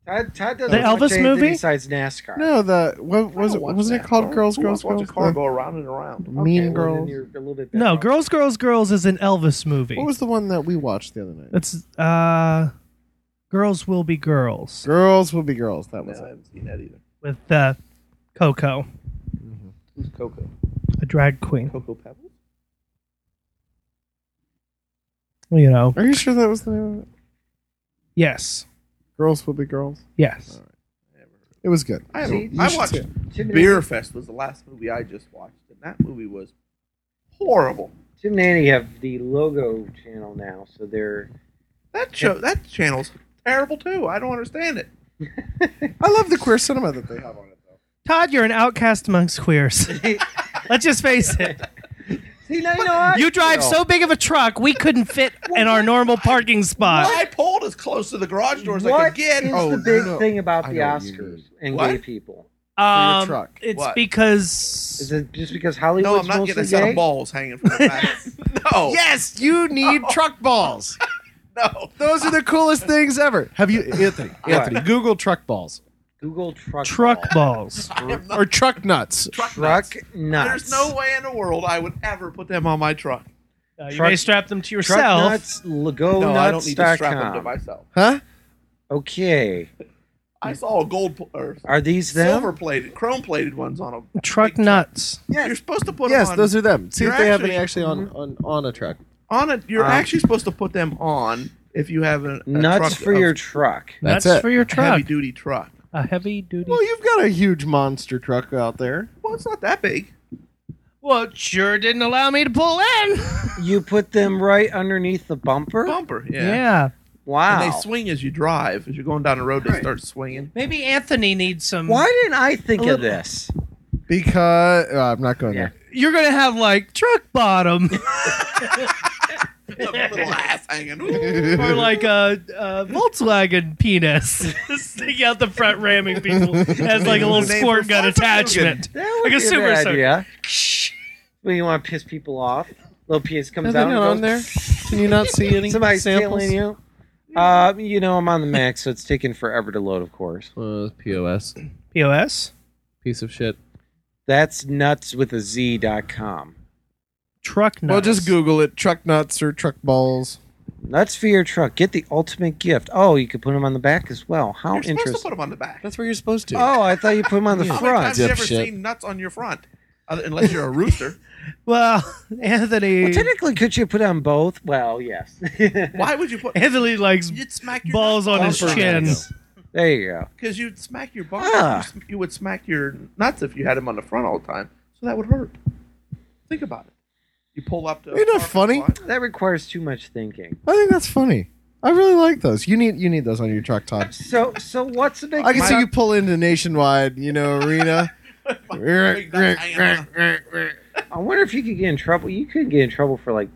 Speaker 3: Todd, Todd doesn't
Speaker 1: The
Speaker 3: watch
Speaker 1: Elvis
Speaker 3: anything
Speaker 1: movie?
Speaker 3: besides NASCAR.
Speaker 4: No, the what was
Speaker 2: I
Speaker 4: it?
Speaker 2: don't watch
Speaker 4: Wasn't it
Speaker 2: that.
Speaker 4: called
Speaker 2: Who
Speaker 4: Girls, Girls,
Speaker 2: wants to watch
Speaker 4: Girls? Uh, Mm-hmm.
Speaker 2: a car
Speaker 4: The
Speaker 2: go around and around.
Speaker 3: Okay,
Speaker 4: Mean
Speaker 3: well, then
Speaker 4: Girls.
Speaker 3: you're a little bit better
Speaker 1: No,
Speaker 3: off.
Speaker 1: Girls, Girls, Girls is an Elvis movie.
Speaker 3: Oh,
Speaker 4: What was the one that we watched the other night?
Speaker 1: It's uh, Girls Will Be Girls
Speaker 4: Girls will be girls. That
Speaker 2: No,
Speaker 4: was
Speaker 2: I
Speaker 4: it.
Speaker 2: haven't seen that either.
Speaker 1: with uh, Coco,
Speaker 2: Who's Coco?
Speaker 1: a drag queen.
Speaker 2: Coco Pebbles?
Speaker 1: You know,
Speaker 4: Are you sure that was the name of it?
Speaker 1: yes,
Speaker 4: Girls will be girls.
Speaker 1: yes.
Speaker 4: It was good.
Speaker 2: I,
Speaker 3: See,
Speaker 2: haven't-
Speaker 3: you
Speaker 2: I
Speaker 3: should
Speaker 2: watched
Speaker 4: see
Speaker 3: Tim and
Speaker 2: Beer Fest was the last movie I just watched, and that movie was horrible.
Speaker 3: Tim and Annie have the logo channel now, so they're
Speaker 2: That show, that channel's terrible too. I don't understand it.
Speaker 4: I love the queer cinema that they have on it though.
Speaker 1: Todd, you're an outcast amongst queers. Let's just face it.
Speaker 3: See, now you know how I
Speaker 1: You drive
Speaker 3: feel.
Speaker 1: so big of a truck, we couldn't fit in our normal parking spot.
Speaker 2: I pulled as close to the garage door as I
Speaker 3: What
Speaker 2: could get.
Speaker 3: is
Speaker 4: Oh,
Speaker 3: the big
Speaker 4: no.
Speaker 3: thing about
Speaker 4: I
Speaker 3: the
Speaker 4: know what you mean.
Speaker 3: Oscars and
Speaker 2: What?
Speaker 3: gay people?
Speaker 4: your
Speaker 1: Um,
Speaker 4: truck.
Speaker 1: it's
Speaker 2: What?
Speaker 3: Is
Speaker 1: because
Speaker 3: it just because Hollywood's
Speaker 2: no, I'm not
Speaker 3: mostly
Speaker 2: getting a set
Speaker 3: gay?
Speaker 2: of balls hanging from the back. no,
Speaker 4: Yes, you need truck balls.
Speaker 2: no.
Speaker 4: Those are the coolest things ever. Have you, Anthony? Anthony, Google truck balls
Speaker 3: Google truck
Speaker 1: truck
Speaker 3: balls.
Speaker 1: balls.
Speaker 2: I am not
Speaker 4: or truck nuts.
Speaker 2: truck nuts.
Speaker 3: truck nuts.
Speaker 2: There's no way in the world I would ever put them on my truck.
Speaker 1: Uh, you
Speaker 3: Truck-
Speaker 1: may strap them to
Speaker 3: truck
Speaker 1: yourself.
Speaker 3: nuts. l- Go
Speaker 2: no,
Speaker 3: nuts.
Speaker 2: I don't need to
Speaker 3: dot
Speaker 2: strap them
Speaker 3: com.
Speaker 2: to myself.
Speaker 4: Huh?
Speaker 3: Okay,
Speaker 2: I saw a gold pl- or
Speaker 3: are these them?
Speaker 2: silver uh, plated, chrome plated ones on a
Speaker 1: Truck nuts.
Speaker 2: You're supposed to put
Speaker 4: Yes,
Speaker 2: them on.
Speaker 4: those are them. See
Speaker 2: You're
Speaker 4: if they have any
Speaker 2: actually-
Speaker 4: actually on, on on a truck.
Speaker 2: on a, you're
Speaker 3: Um,
Speaker 2: actually supposed to put them on if you have a, a
Speaker 3: Nuts
Speaker 2: truck-
Speaker 3: for
Speaker 2: a
Speaker 3: your truck.
Speaker 4: That's
Speaker 1: nuts
Speaker 4: it.
Speaker 1: for your truck.
Speaker 2: heavy duty truck.
Speaker 1: a heavy duty.
Speaker 4: Well, you've got a huge monster truck out there.
Speaker 2: Well, it's not that big.
Speaker 1: Well, it sure didn't allow me to pull in.
Speaker 3: You put them right underneath the bumper.
Speaker 2: Bumper, yeah.
Speaker 1: Yeah.
Speaker 3: Wow.
Speaker 2: And they swing as you drive. As you're going down the road, they start swinging.
Speaker 1: Maybe Anthony needs some.
Speaker 3: Why didn't I think
Speaker 1: A
Speaker 3: of
Speaker 1: little-
Speaker 3: this?
Speaker 4: Because uh, I'm not going there.
Speaker 1: You're gonna have like truck bottom.
Speaker 2: the little ass hanging.
Speaker 1: or like a, a Volkswagen penis sticking out the front, ramming people as like a little
Speaker 2: Name
Speaker 1: squirt
Speaker 2: for
Speaker 1: gun
Speaker 2: Volkswagen.
Speaker 1: attachment.
Speaker 3: That
Speaker 1: Like a
Speaker 3: be
Speaker 1: super
Speaker 3: bad
Speaker 1: soaker.
Speaker 3: idea. When you want to piss people off, little penis comes out. and goes,
Speaker 4: Can you not see any
Speaker 3: Somebody's tailing you. Uh, you know, I'm on the Mac, so it's taking forever to load. Of course,
Speaker 4: Uh, POS.
Speaker 1: POS.
Speaker 4: Piece of shit.
Speaker 3: that's nuts with a Z dot com.
Speaker 1: Truck nuts.
Speaker 4: Well, just Google it. Truck nuts or truck balls.
Speaker 3: Nuts for your truck. Get the ultimate gift. Oh, you could put them on the back as well. How
Speaker 2: You're supposed to
Speaker 3: interesting.
Speaker 2: put them on the back.
Speaker 4: That's where you're supposed to.
Speaker 3: Oh, I thought you put them on the
Speaker 2: How many times have
Speaker 3: front.
Speaker 2: you ever
Speaker 4: Dipshit.
Speaker 2: seen nuts on your front? Other- unless you're a rooster.
Speaker 1: Well, Anthony.
Speaker 3: Well, technically, could you put on both? Well, yes.
Speaker 2: Why would you put?
Speaker 1: Anthony likes
Speaker 2: You'd smack your
Speaker 1: balls on his
Speaker 3: Bumper
Speaker 1: chin.
Speaker 3: nuts. there you go.
Speaker 2: because you'd smack your balls.
Speaker 3: Ah.
Speaker 2: You, sm- you would smack your nuts if you had them on the front all the time. So that would hurt. Think about it. You pull up to. a
Speaker 4: Isn't that
Speaker 2: parking
Speaker 4: funny?
Speaker 2: lot.
Speaker 3: That requires too much thinking.
Speaker 4: I think that's funny. I really like those. You need you need those on your truck, Todd.
Speaker 3: So, so what's the big?
Speaker 4: I can see
Speaker 3: My-
Speaker 4: you pull into Nationwide, you know, arena.
Speaker 2: Big nut hanging on.
Speaker 3: I wonder if you could get in trouble. You could get in trouble for like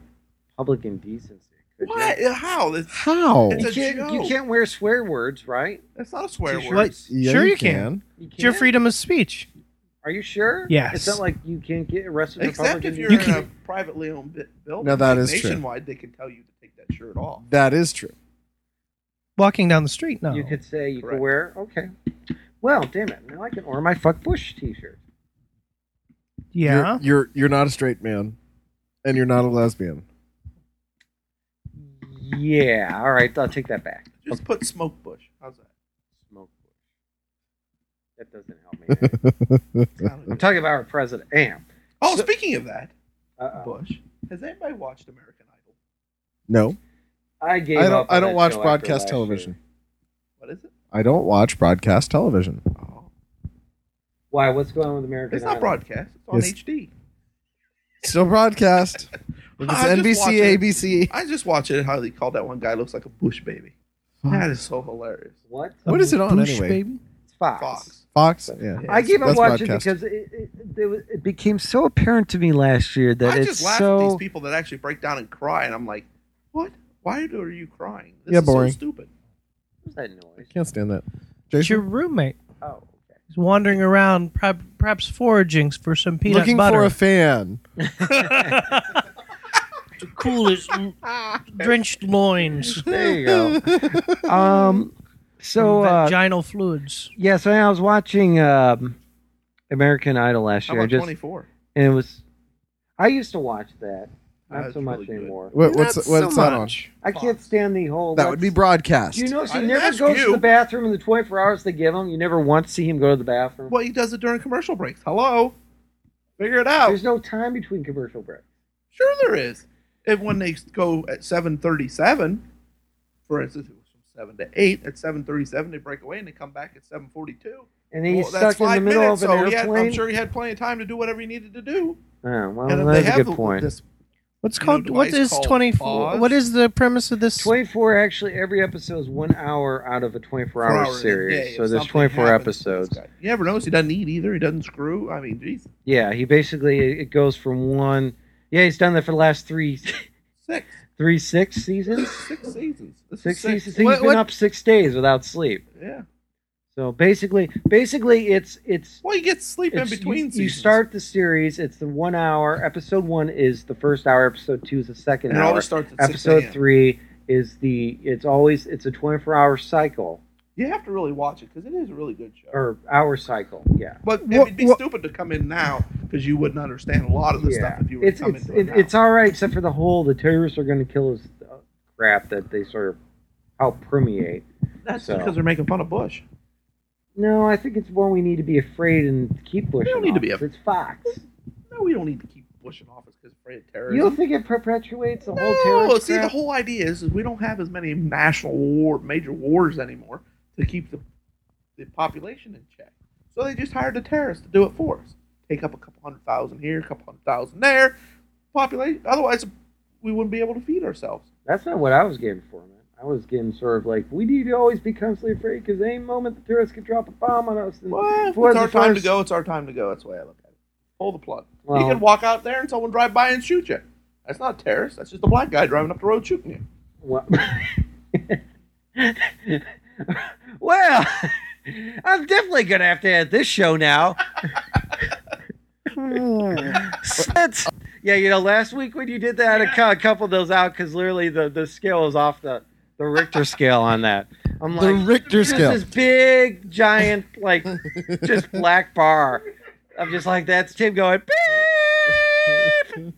Speaker 3: public indecency. could you?
Speaker 2: What? Uh, How? It's,
Speaker 4: How?
Speaker 2: It's
Speaker 3: You
Speaker 2: a
Speaker 3: can't, you
Speaker 2: joke.
Speaker 3: can't wear swear words, right?
Speaker 2: that's not a swear
Speaker 3: T-shirt.
Speaker 2: word.
Speaker 1: What?
Speaker 4: Yeah,
Speaker 1: sure you can.
Speaker 3: You can't?
Speaker 1: It's your freedom of speech.
Speaker 3: Are you sure?
Speaker 1: Yes.
Speaker 3: It's not like you can't get arrested for
Speaker 2: Except
Speaker 3: public
Speaker 2: if
Speaker 3: indecency.
Speaker 2: you're
Speaker 1: You
Speaker 2: in
Speaker 1: can-
Speaker 2: a privately owned bu- building.
Speaker 4: Now that
Speaker 2: like
Speaker 4: is true.
Speaker 2: Nationwide, they can tell you to take that shirt off.
Speaker 4: That is true.
Speaker 1: Walking down the street, no.
Speaker 3: You could say you could
Speaker 2: Correct.
Speaker 3: wear okay. Well, damn it! Now I can wear my fuck Bush T-shirt.
Speaker 1: yeah.
Speaker 4: You're, you're you're not a straight man, and you're not a lesbian.
Speaker 3: Yeah. All right. I'll take that back.
Speaker 2: Just put smoke bush. How's that?
Speaker 3: Smoke Bush. That doesn't help me. I'm talking about our president. Am.
Speaker 2: oh, speaking of that,
Speaker 3: Uh-oh.
Speaker 2: Bush. Has anybody watched American Idol?
Speaker 4: no,
Speaker 3: I gave
Speaker 4: I
Speaker 3: up
Speaker 4: don't.
Speaker 3: on
Speaker 4: I don't
Speaker 3: that
Speaker 4: watch
Speaker 3: show after last
Speaker 4: broadcast
Speaker 3: year.
Speaker 4: television.
Speaker 2: What is it?
Speaker 4: I don't watch broadcast television.
Speaker 2: Oh,
Speaker 3: Why? What's going on with American?
Speaker 2: it's not
Speaker 3: Idol?
Speaker 2: broadcast. It's on
Speaker 4: Yes.
Speaker 2: HD.
Speaker 4: Still broadcast. If it's
Speaker 2: I just watch
Speaker 4: NBC,
Speaker 2: it.
Speaker 4: ABC.
Speaker 2: I just watch it. How they call that one guy looks like a Bush baby. That is so hilarious.
Speaker 3: What?
Speaker 4: What is it on anyway?
Speaker 3: It's Fox.
Speaker 2: Fox.
Speaker 4: Fox. Yeah.
Speaker 2: Yeah.
Speaker 3: I gave up
Speaker 4: That's
Speaker 3: watching
Speaker 4: broadcast.
Speaker 3: because it, it, it, was- it became so apparent to me last year that
Speaker 2: I
Speaker 3: it's
Speaker 2: just laugh at
Speaker 3: so
Speaker 2: these people that actually break down and cry, and I'm like, what? Why are you crying? This
Speaker 4: Yeah,
Speaker 2: is so
Speaker 4: boring.
Speaker 2: stupid.
Speaker 3: What's that noise?
Speaker 4: Can't stand that.
Speaker 1: It's your
Speaker 4: Jason,
Speaker 1: roommate.
Speaker 3: Oh, okay.
Speaker 1: He's wandering around, prob- perhaps foraging for some peanut
Speaker 4: looking for
Speaker 1: butter.
Speaker 4: a fan.
Speaker 1: to cool his drenched loins,
Speaker 3: There you go. um, so uh,
Speaker 1: vaginal fluids.
Speaker 3: yeah, so I was watching um, American Idol last
Speaker 2: How
Speaker 3: year. I
Speaker 2: about
Speaker 3: just
Speaker 2: 24?
Speaker 3: and it was. I used to watch that. Not
Speaker 2: That's
Speaker 3: so much
Speaker 2: really good.
Speaker 3: anymore.
Speaker 4: What, what's
Speaker 1: Not
Speaker 4: what's
Speaker 1: so
Speaker 4: that on?
Speaker 1: much.
Speaker 3: I can't stand the whole.
Speaker 4: That would be
Speaker 3: let's-
Speaker 4: broadcast.
Speaker 3: Do you notice
Speaker 2: I
Speaker 3: he
Speaker 2: didn't
Speaker 3: never
Speaker 2: ask
Speaker 3: goes to
Speaker 2: you.
Speaker 3: the bathroom in the 24 hours they give him? You never once see him go to the bathroom.
Speaker 2: Well, he does it during commercial breaks. Hello? Figure it out.
Speaker 3: There's no time between commercial breaks.
Speaker 2: Sure, there is. If when they go at seven thirty-seven, for instance, it was from seven to eight. At seven thirty-seven, they break away and they come back at seven forty-two.
Speaker 3: And he's stuck in the middle of an
Speaker 2: so he had,
Speaker 3: airplane.
Speaker 2: I'm sure he had plenty of time to do whatever he needed to do.
Speaker 3: Oh,
Speaker 2: and
Speaker 3: well,
Speaker 2: if
Speaker 3: that's
Speaker 2: they
Speaker 3: a
Speaker 2: have
Speaker 3: good point.
Speaker 2: this
Speaker 1: What's
Speaker 2: You know,
Speaker 1: called?
Speaker 2: do
Speaker 1: what
Speaker 2: ice
Speaker 1: is
Speaker 2: called
Speaker 1: twenty four?
Speaker 2: pause?
Speaker 1: What is the premise of this?
Speaker 3: 24 actually every episode is one hour out of a 24
Speaker 2: four
Speaker 3: hour
Speaker 2: hours a day,
Speaker 3: series
Speaker 2: if
Speaker 3: so there's
Speaker 2: something
Speaker 3: 24
Speaker 2: happens to this
Speaker 3: episodes
Speaker 2: guy. You never notice he doesn't eat either. He doesn't screw. I mean, geez,
Speaker 3: yeah he basically it goes from one yeah he's done that for the last three
Speaker 2: six,
Speaker 3: three six seasons
Speaker 2: six seasons. This is
Speaker 3: six
Speaker 2: six.
Speaker 3: seasons so he's
Speaker 1: What-
Speaker 3: been
Speaker 1: what-
Speaker 3: up six days without sleep
Speaker 2: Yeah.
Speaker 3: so basically basically it's it's,
Speaker 2: Well, you get sleep in
Speaker 3: it's-
Speaker 2: between
Speaker 3: you,
Speaker 2: seasons.
Speaker 3: you start the series it's the one hour episode one is the first hour episode two is the second
Speaker 2: and it
Speaker 3: hour
Speaker 2: always starts at
Speaker 3: episode
Speaker 2: 6 a.m.
Speaker 3: three is the it's always it's a 24 hour cycle
Speaker 2: You have to really watch it because it is a really good show.
Speaker 3: or hour cycle yeah
Speaker 2: But
Speaker 4: Wha-
Speaker 2: it'd be
Speaker 4: wha-
Speaker 2: stupid to come in now because you wouldn't understand a lot of the stuff if you were
Speaker 3: it's
Speaker 2: to come
Speaker 3: it's
Speaker 2: into it,
Speaker 3: it,
Speaker 2: now.
Speaker 3: it's all right except for the whole the terrorists are going to kill us uh, crap that they sort of help permeate.
Speaker 2: That's
Speaker 3: so-
Speaker 2: because they're making fun of Bush.
Speaker 3: No, I think it's one we need to be afraid and keep pushing.
Speaker 2: don't need to
Speaker 3: off.
Speaker 2: be af-
Speaker 3: It's Fox.
Speaker 2: No, we don't need to keep Bush in office because afraid of terrorism.
Speaker 3: You don't think it perpetuates the whole
Speaker 2: no,
Speaker 3: terrorist
Speaker 2: see, the
Speaker 3: crap?
Speaker 2: whole idea is, is we don't have as many national war, major wars anymore to keep the, the population in check. So they just hired the terrorists to do it for us. Take up a couple hundred thousand here, a couple hundred thousand there. Population. Otherwise, we wouldn't be able to feed ourselves.
Speaker 3: That's not what I was getting for, man. I was getting sort of like we need to always be constantly afraid because any moment the terrorists could drop a bomb on us. And
Speaker 2: Well, if
Speaker 3: Well,
Speaker 2: it's
Speaker 3: the
Speaker 2: our time to
Speaker 3: first-
Speaker 2: go. It's our time to go. That's the way I look at it. Pull the plug.
Speaker 3: Well-
Speaker 2: you can walk out there and someone drive by and shoot you. That's not a terrorist. That's just a black guy driving up the road shooting you.
Speaker 3: Well, well I'm definitely going to have to end this show now. Sets. Yeah, you know, last week when you did that, I cou- coupled those out because literally the, the scale was off the, the Richter scale on that. I'm
Speaker 4: The
Speaker 3: like,
Speaker 4: Richter
Speaker 3: there's
Speaker 4: scale.
Speaker 3: this big, giant, like, just black bar. I'm just like, that's Tim going, beep.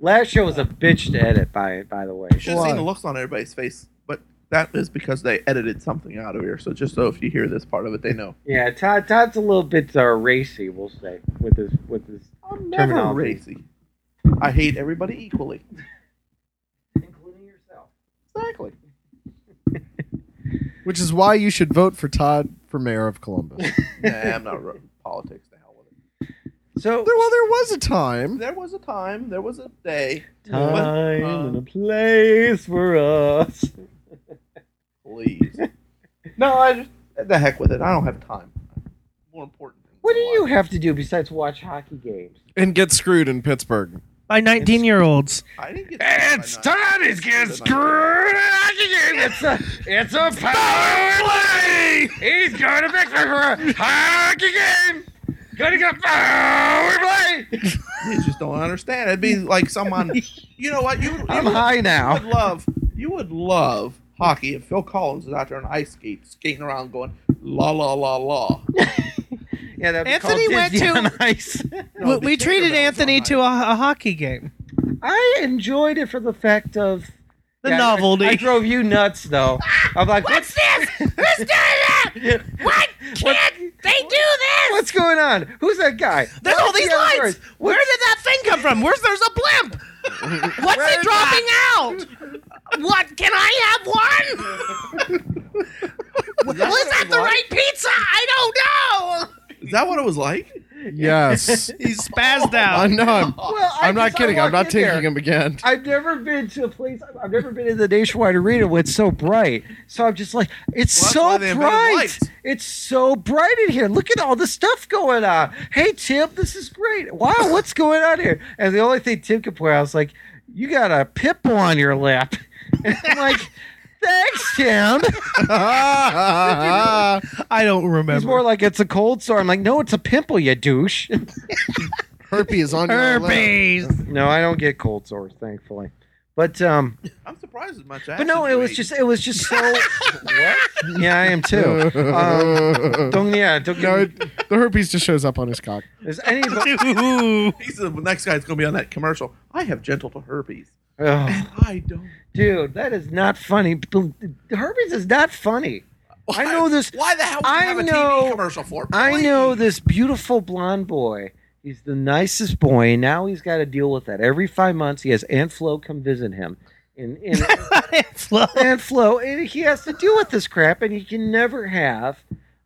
Speaker 3: Last show was a bitch to edit, by by the way.
Speaker 2: You should have seen the looks on everybody's face, but that is because they edited something out of here. So just so if you hear this part of it, they know.
Speaker 3: Yeah, Todd Todd's a little bit uh, racy, we'll say, with his with his
Speaker 2: I'm
Speaker 3: Terminology.
Speaker 2: never racy. I hate everybody equally.
Speaker 3: including yourself.
Speaker 2: Exactly.
Speaker 4: Which is why you should vote for Todd for mayor of Columbus.
Speaker 2: nah, I'm not ro- politics. The hell with it.
Speaker 3: So
Speaker 4: there, well, there was a time.
Speaker 2: There was a time. There was a day.
Speaker 3: time
Speaker 2: Uh,
Speaker 3: and a place for us.
Speaker 2: Please. no, I just the heck with it. I don't have time. More important. things
Speaker 3: What do
Speaker 2: in
Speaker 3: you
Speaker 2: life.
Speaker 3: have to do besides watch hockey games?
Speaker 4: And get screwed in Pittsburgh.
Speaker 1: By 19 year olds.
Speaker 2: I didn't get.
Speaker 5: It's time to get screwed.
Speaker 3: It's a it's a
Speaker 5: Power play.
Speaker 3: He's going to make for
Speaker 5: Hockey game.
Speaker 3: gonna get power play.
Speaker 2: You just don't understand. It'd be like someone. You know what? You, you
Speaker 3: I'm
Speaker 2: would-
Speaker 3: high
Speaker 2: You would
Speaker 3: now.
Speaker 2: love. You would love hockey if Phil Collins is out there on ice skate skating around going la la la la.
Speaker 3: Yeah, that'd be
Speaker 1: Anthony
Speaker 3: called
Speaker 1: went
Speaker 3: Disney
Speaker 1: to-
Speaker 3: on Ice.
Speaker 2: No,
Speaker 1: We-
Speaker 2: the
Speaker 1: we treated
Speaker 2: Tinkerbells
Speaker 1: Anthony
Speaker 2: on
Speaker 1: to a, a hockey game.
Speaker 3: I enjoyed it for the fact of
Speaker 1: The
Speaker 3: Yeah, I-
Speaker 1: novelty. Ah!
Speaker 3: I, drove you nuts, though. I'm like, what's this? Who's doing that? What kid? They do this? What's going on? Who's that guy?
Speaker 1: There's all these
Speaker 3: What's the
Speaker 1: lights.
Speaker 3: other-
Speaker 1: Where did that thing come from? Where's there's a blimp? What's it dropping out? What can I have one?
Speaker 2: Was that, what it was like?
Speaker 1: pizza? I
Speaker 2: Is that what it was like?
Speaker 4: Yes.
Speaker 1: don't know. He spazzed out.
Speaker 4: I know. I'm,
Speaker 3: Well, I
Speaker 4: I'm not
Speaker 3: just- I
Speaker 4: kidding.
Speaker 3: walked
Speaker 4: I'm
Speaker 3: in
Speaker 4: not taking
Speaker 3: there.
Speaker 4: him again.
Speaker 3: I've never been to a place. I've never been in the Nationwide Arena where it's so bright. So I'm just like, it's
Speaker 2: Well, that's why they
Speaker 3: so
Speaker 2: invented
Speaker 3: bright.
Speaker 2: lights.
Speaker 3: It's so bright in here. Look at all the stuff going on. Hey Tim, this is great. Wow, what's going on here? And the only thing Tim could point out was like, you got a pit bull on your lap. And I'm like, thanks, Tim.
Speaker 1: I don't remember.
Speaker 3: He's more like it's a cold sore. I'm like, no, it's a pimple, you douche.
Speaker 4: Herpy is on your lap.
Speaker 1: herpes.
Speaker 3: no, I don't get cold sores, thankfully. But um,
Speaker 2: I'm surprised as much.
Speaker 3: but no,
Speaker 2: acid
Speaker 3: it
Speaker 2: you
Speaker 3: was
Speaker 2: ate.
Speaker 3: just it was just so. what? Yeah, I am
Speaker 4: Uh,
Speaker 3: too. Um, Don't yeah, don't
Speaker 4: no,
Speaker 3: get
Speaker 4: it, the herpes just shows up on his cock.
Speaker 3: Is anybody?
Speaker 1: Ooh.
Speaker 2: He's the next guy's gonna be on that commercial. I have gentle to herpes,
Speaker 3: Ugh,
Speaker 2: and I don't.
Speaker 3: Oh, dude, that is not funny. Herpes is not funny. I know this.
Speaker 2: Why the hell would you
Speaker 3: I
Speaker 2: have a
Speaker 3: know-
Speaker 2: TV commercial for?
Speaker 3: I
Speaker 2: Please.
Speaker 3: know this beautiful blonde boy. He's the nicest boy. and Now he's got to deal with that every five months. He has Aunt Flo come visit him, and, and
Speaker 1: Flo.
Speaker 3: Aunt Flo, and he has to deal with this crap, and he can never have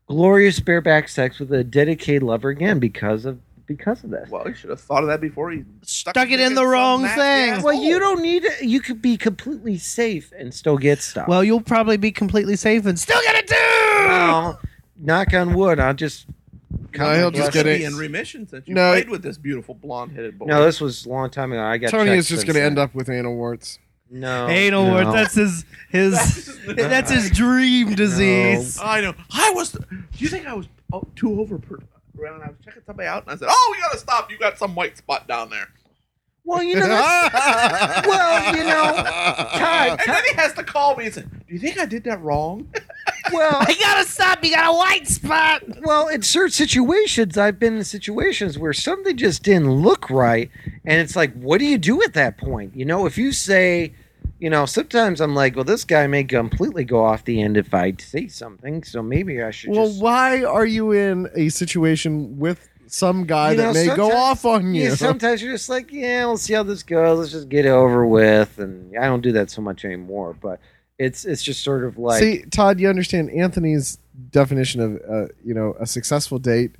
Speaker 3: glorious bareback sex with a dedicated lover again because of because of this.
Speaker 2: Well, he should have thought of that before he stuck,
Speaker 1: Stuck it in the
Speaker 2: some
Speaker 1: wrong
Speaker 2: nasty
Speaker 1: thing.
Speaker 2: ass
Speaker 3: Well,
Speaker 2: hole.
Speaker 3: you don't need it. You could be completely safe and still get stuff.
Speaker 1: Well, you'll probably be completely safe and still get a do.
Speaker 3: Well, knock on wood. I'll just.
Speaker 4: No, he'll
Speaker 2: You
Speaker 4: just
Speaker 2: should
Speaker 4: get
Speaker 2: be
Speaker 4: it.
Speaker 2: in remission since you
Speaker 4: No.
Speaker 2: played with this beautiful blonde-headed boy.
Speaker 3: No, this was a long time ago. I got.
Speaker 4: Tony
Speaker 3: checked
Speaker 4: is just
Speaker 3: since
Speaker 4: going to end
Speaker 3: then.
Speaker 4: up with anal warts.
Speaker 3: No.
Speaker 1: Anal
Speaker 3: no,
Speaker 1: wart. That's his his. That's his dream disease.
Speaker 2: I know. I was. Do you think I was oh, too over? per- around? I was checking somebody out, and I said, "Oh, we gotta stop. You got some white spot down there."
Speaker 3: Well, you know. That's, well, you know. Todd.
Speaker 2: And
Speaker 3: Todd
Speaker 2: then he has to call me and say, "Do you think I did that wrong?"
Speaker 3: well,
Speaker 1: I gotta stop. You got a white spot.
Speaker 3: well, in certain situations, I've been in situations where something just didn't look right, and it's like, what do you do at that point? You know, if you say, you know, sometimes I'm like, well, this guy may completely go off the end if I say something, so maybe I should.
Speaker 4: Well,
Speaker 3: just,
Speaker 4: why are you in a situation with some guy
Speaker 3: You know,
Speaker 4: that may go
Speaker 3: sometimes-
Speaker 4: off on you?
Speaker 3: Yeah, sometimes you're just like, yeah, we'll see how this goes. Let's just get it over with. And I don't do that so much anymore, but it's it's just sort of like,
Speaker 4: See, Todd, you understand Anthony's definition of uh, you know a successful date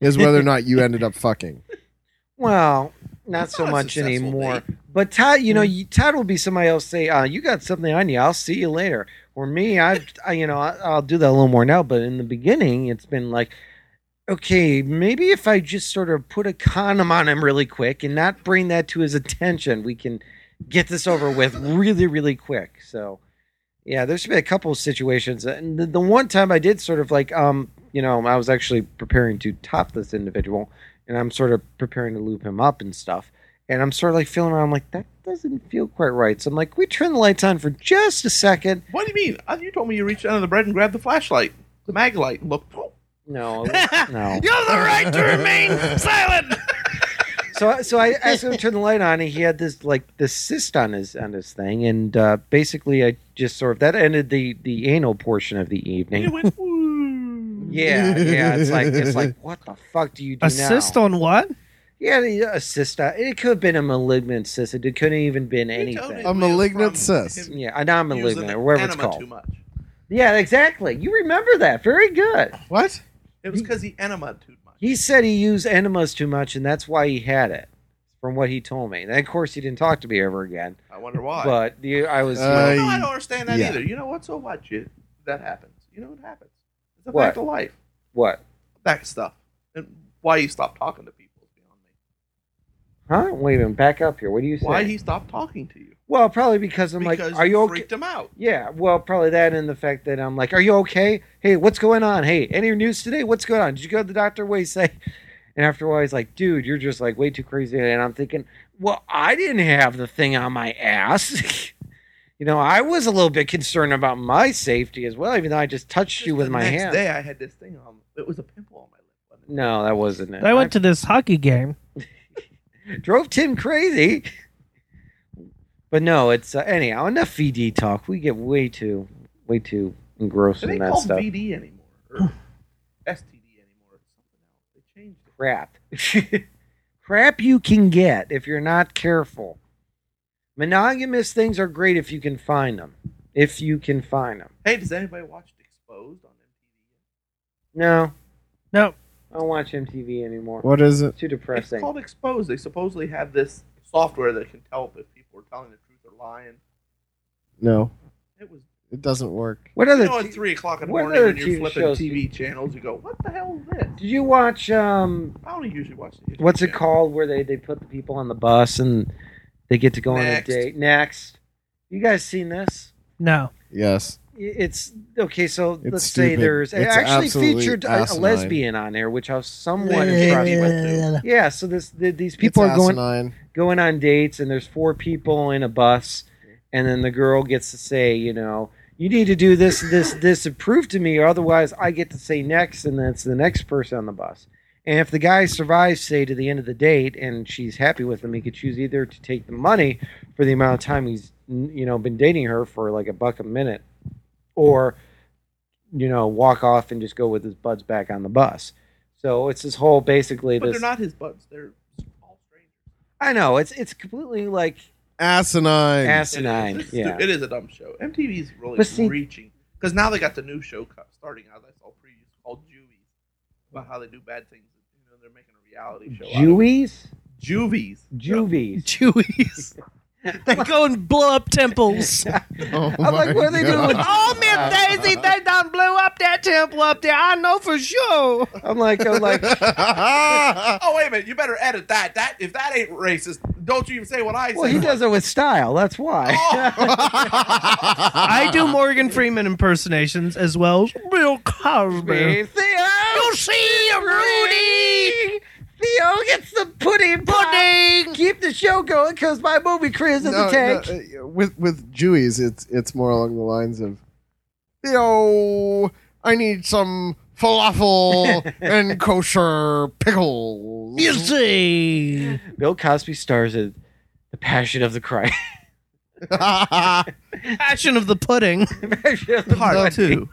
Speaker 4: is whether or not you ended up fucking.
Speaker 3: well, not
Speaker 2: That's
Speaker 3: so
Speaker 2: not a
Speaker 3: much
Speaker 2: successful
Speaker 3: anymore. But Todd, you know, you, Todd will be somebody else say, uh, you got something on you. I'll see you later. Or me, I, I you know, I, I'll do that a little more now. But in the beginning, it's been like, okay, maybe if I just sort of put a condom on him really quick and not bring that to his attention, we can get this over with really, really quick. So, yeah, there's been a couple of situations. And the, the one time I did sort of like, um, you know, I was actually preparing to top this individual and I'm sort of preparing to loop him up and stuff. And I'm sort of like feeling around, I'm like, that doesn't feel quite right. So I'm like, "Can we turn the lights on for just a second.
Speaker 2: What do you mean? Uh, You told me you reached under the bread and grabbed the flashlight, the mag light, and looked. oh.
Speaker 3: No,
Speaker 5: You
Speaker 3: no.
Speaker 5: have the right to remain silent.
Speaker 3: so so I asked him to turn the light on, and he had this like this cyst on his on his thing, and uh, basically I just sort of that ended the the anal portion of the
Speaker 2: It
Speaker 3: evening.
Speaker 2: went. Woo.
Speaker 3: Yeah, yeah, it's like it's like what the fuck do you do
Speaker 1: Assist
Speaker 3: now?
Speaker 1: on what?
Speaker 3: Yeah, the- a cyst. on- It could have been a malignant cyst. It couldn't even been
Speaker 2: You told me
Speaker 3: anything.
Speaker 4: A
Speaker 2: we
Speaker 4: malignant
Speaker 2: from
Speaker 4: cyst.
Speaker 2: him
Speaker 3: Yeah, a non
Speaker 2: using
Speaker 3: malignant or whatever it's
Speaker 2: enema
Speaker 3: called.
Speaker 2: Too much.
Speaker 3: Yeah, exactly. You remember that very good.
Speaker 4: What?
Speaker 2: It was because he enema too much.
Speaker 3: He said he used enemas too much, and that's why he had it. From what he told me, and of course he didn't talk to me ever again.
Speaker 2: I wonder why.
Speaker 3: But the, I was.
Speaker 4: Uh,
Speaker 2: no, I don't understand that
Speaker 4: yeah.
Speaker 2: either. You know what? So what? You, that happens. You know what happens? It's a
Speaker 3: What?
Speaker 2: fact of life.
Speaker 3: what?
Speaker 2: That stuff. And why he stopped talking to people is beyond me.
Speaker 3: Huh? Wait a minute. Back up here. What do you say?
Speaker 2: Why he stopped talking to you?
Speaker 3: well, probably because I'm
Speaker 2: because
Speaker 3: like, are you okay?
Speaker 2: freaked him out.
Speaker 3: Yeah. Well, probably that and the fact that I'm like, are you okay? Hey, what's going on? Hey, any news today? What's going on? Did you go to the doctor? What do you say? And after a while, he's like, dude, you're just like way too crazy. And I'm thinking, well, I didn't have the thing on my ass. you know, I was a little bit concerned about my safety as well, even though I just touched you
Speaker 2: Just
Speaker 3: with
Speaker 2: the
Speaker 3: my
Speaker 2: next
Speaker 3: hand.
Speaker 2: day I had this thing on. It was a pimple on my lip. wasn't it?
Speaker 3: No, that wasn't it.
Speaker 1: I went to this hockey game.
Speaker 3: drove Tim crazy. But no, it's uh, anyhow enough VD talk. We get way too, way too engrossed
Speaker 2: It
Speaker 3: in
Speaker 2: ain't
Speaker 3: that
Speaker 2: called
Speaker 3: stuff.
Speaker 2: VD anymore. Or STD anymore. It's something else. They changed it.
Speaker 3: Crap, crap you can get if you're not careful. Monogamous things are great if you can find them. If you can find them.
Speaker 2: Hey, does anybody watch Exposed on MTV?
Speaker 3: No,
Speaker 1: No,
Speaker 3: I don't watch MTV anymore.
Speaker 4: What is it?
Speaker 3: It's too depressing.
Speaker 2: It's called Exposed. They supposedly have this software that can tell if people are telling the truth or lying.
Speaker 4: No,
Speaker 2: It was
Speaker 4: it doesn't work.
Speaker 3: what
Speaker 2: you
Speaker 3: other?
Speaker 2: know
Speaker 3: t-
Speaker 2: at three o'clock in the
Speaker 3: what
Speaker 2: morning
Speaker 3: other
Speaker 2: when you're
Speaker 3: TV
Speaker 2: flipping
Speaker 3: shows
Speaker 2: TV channels. You go, what the hell is this?
Speaker 3: did you watch um?
Speaker 2: I don't usually watch the history
Speaker 3: what's it
Speaker 2: channel.
Speaker 3: called where they, they put the people on the bus and they get to go
Speaker 2: Next.
Speaker 3: on a date next you guys seen this
Speaker 1: no.
Speaker 4: Yes.
Speaker 3: I- it's okay so
Speaker 4: It's
Speaker 3: let's say
Speaker 4: stupid.
Speaker 3: there's it
Speaker 4: It's
Speaker 3: actually
Speaker 4: absolutely
Speaker 3: featured a, a
Speaker 4: asinine.
Speaker 3: lesbian on there which i was somewhat impressed with
Speaker 2: went
Speaker 3: yeah so this the, these people
Speaker 4: It's
Speaker 3: are going
Speaker 4: asinine.
Speaker 3: going on dates and there's four people in a bus and then the girl gets to say you know you need to do this this this and prove to me or otherwise i get to say next and then it's the next person on the bus and if the guy survives say to the end of the date and she's happy with him he could choose either to take the money for the amount of time he's you know been dating her for like a buck a minute or you know walk off and just go with his buds back on the bus so it's this whole basically
Speaker 2: But
Speaker 3: this
Speaker 2: they're not his buds. They're all strangers.
Speaker 3: i know it's it's completely like
Speaker 4: Asinine.
Speaker 3: asinine.
Speaker 2: It's stu-
Speaker 3: Yeah.
Speaker 2: It is a dumb show. MTV's really
Speaker 3: But see-
Speaker 2: reaching. Because now they got the new show co- starting out. I saw previews called Juvies about how they do bad things. You know, they're making a reality show. out of it.
Speaker 3: Jewies?
Speaker 2: Juvies.
Speaker 3: Juvies.
Speaker 1: Jewies. they go and blow up temples.
Speaker 4: Oh
Speaker 3: I'm like,
Speaker 4: my
Speaker 3: what are they doing with-
Speaker 4: God.
Speaker 1: oh, Miss Daisy, they done blew up that temple up there. I know for sure.
Speaker 3: I'm like, I'm like,
Speaker 2: Oh wait a minute! You better edit that. That if that ain't racist, don't you even say what I
Speaker 3: well,
Speaker 2: say. Oh.
Speaker 3: he does it with style. That's why.
Speaker 1: I do Morgan Freeman impersonations as well as Bill Cosby.
Speaker 3: Theo, you see, Rudy. Theo gets the pudding. Pudding. Keep the show going because my movie career's in
Speaker 4: No,
Speaker 3: the tank.
Speaker 4: no, uh, with with Jewies, it's it's more along the lines of, yo, I need some falafel and kosher pickles.
Speaker 1: You see.
Speaker 3: Bill Cosby stars in The Passion of the Christ.
Speaker 1: Passion of the Pudding.
Speaker 3: Passion of the
Speaker 2: part two.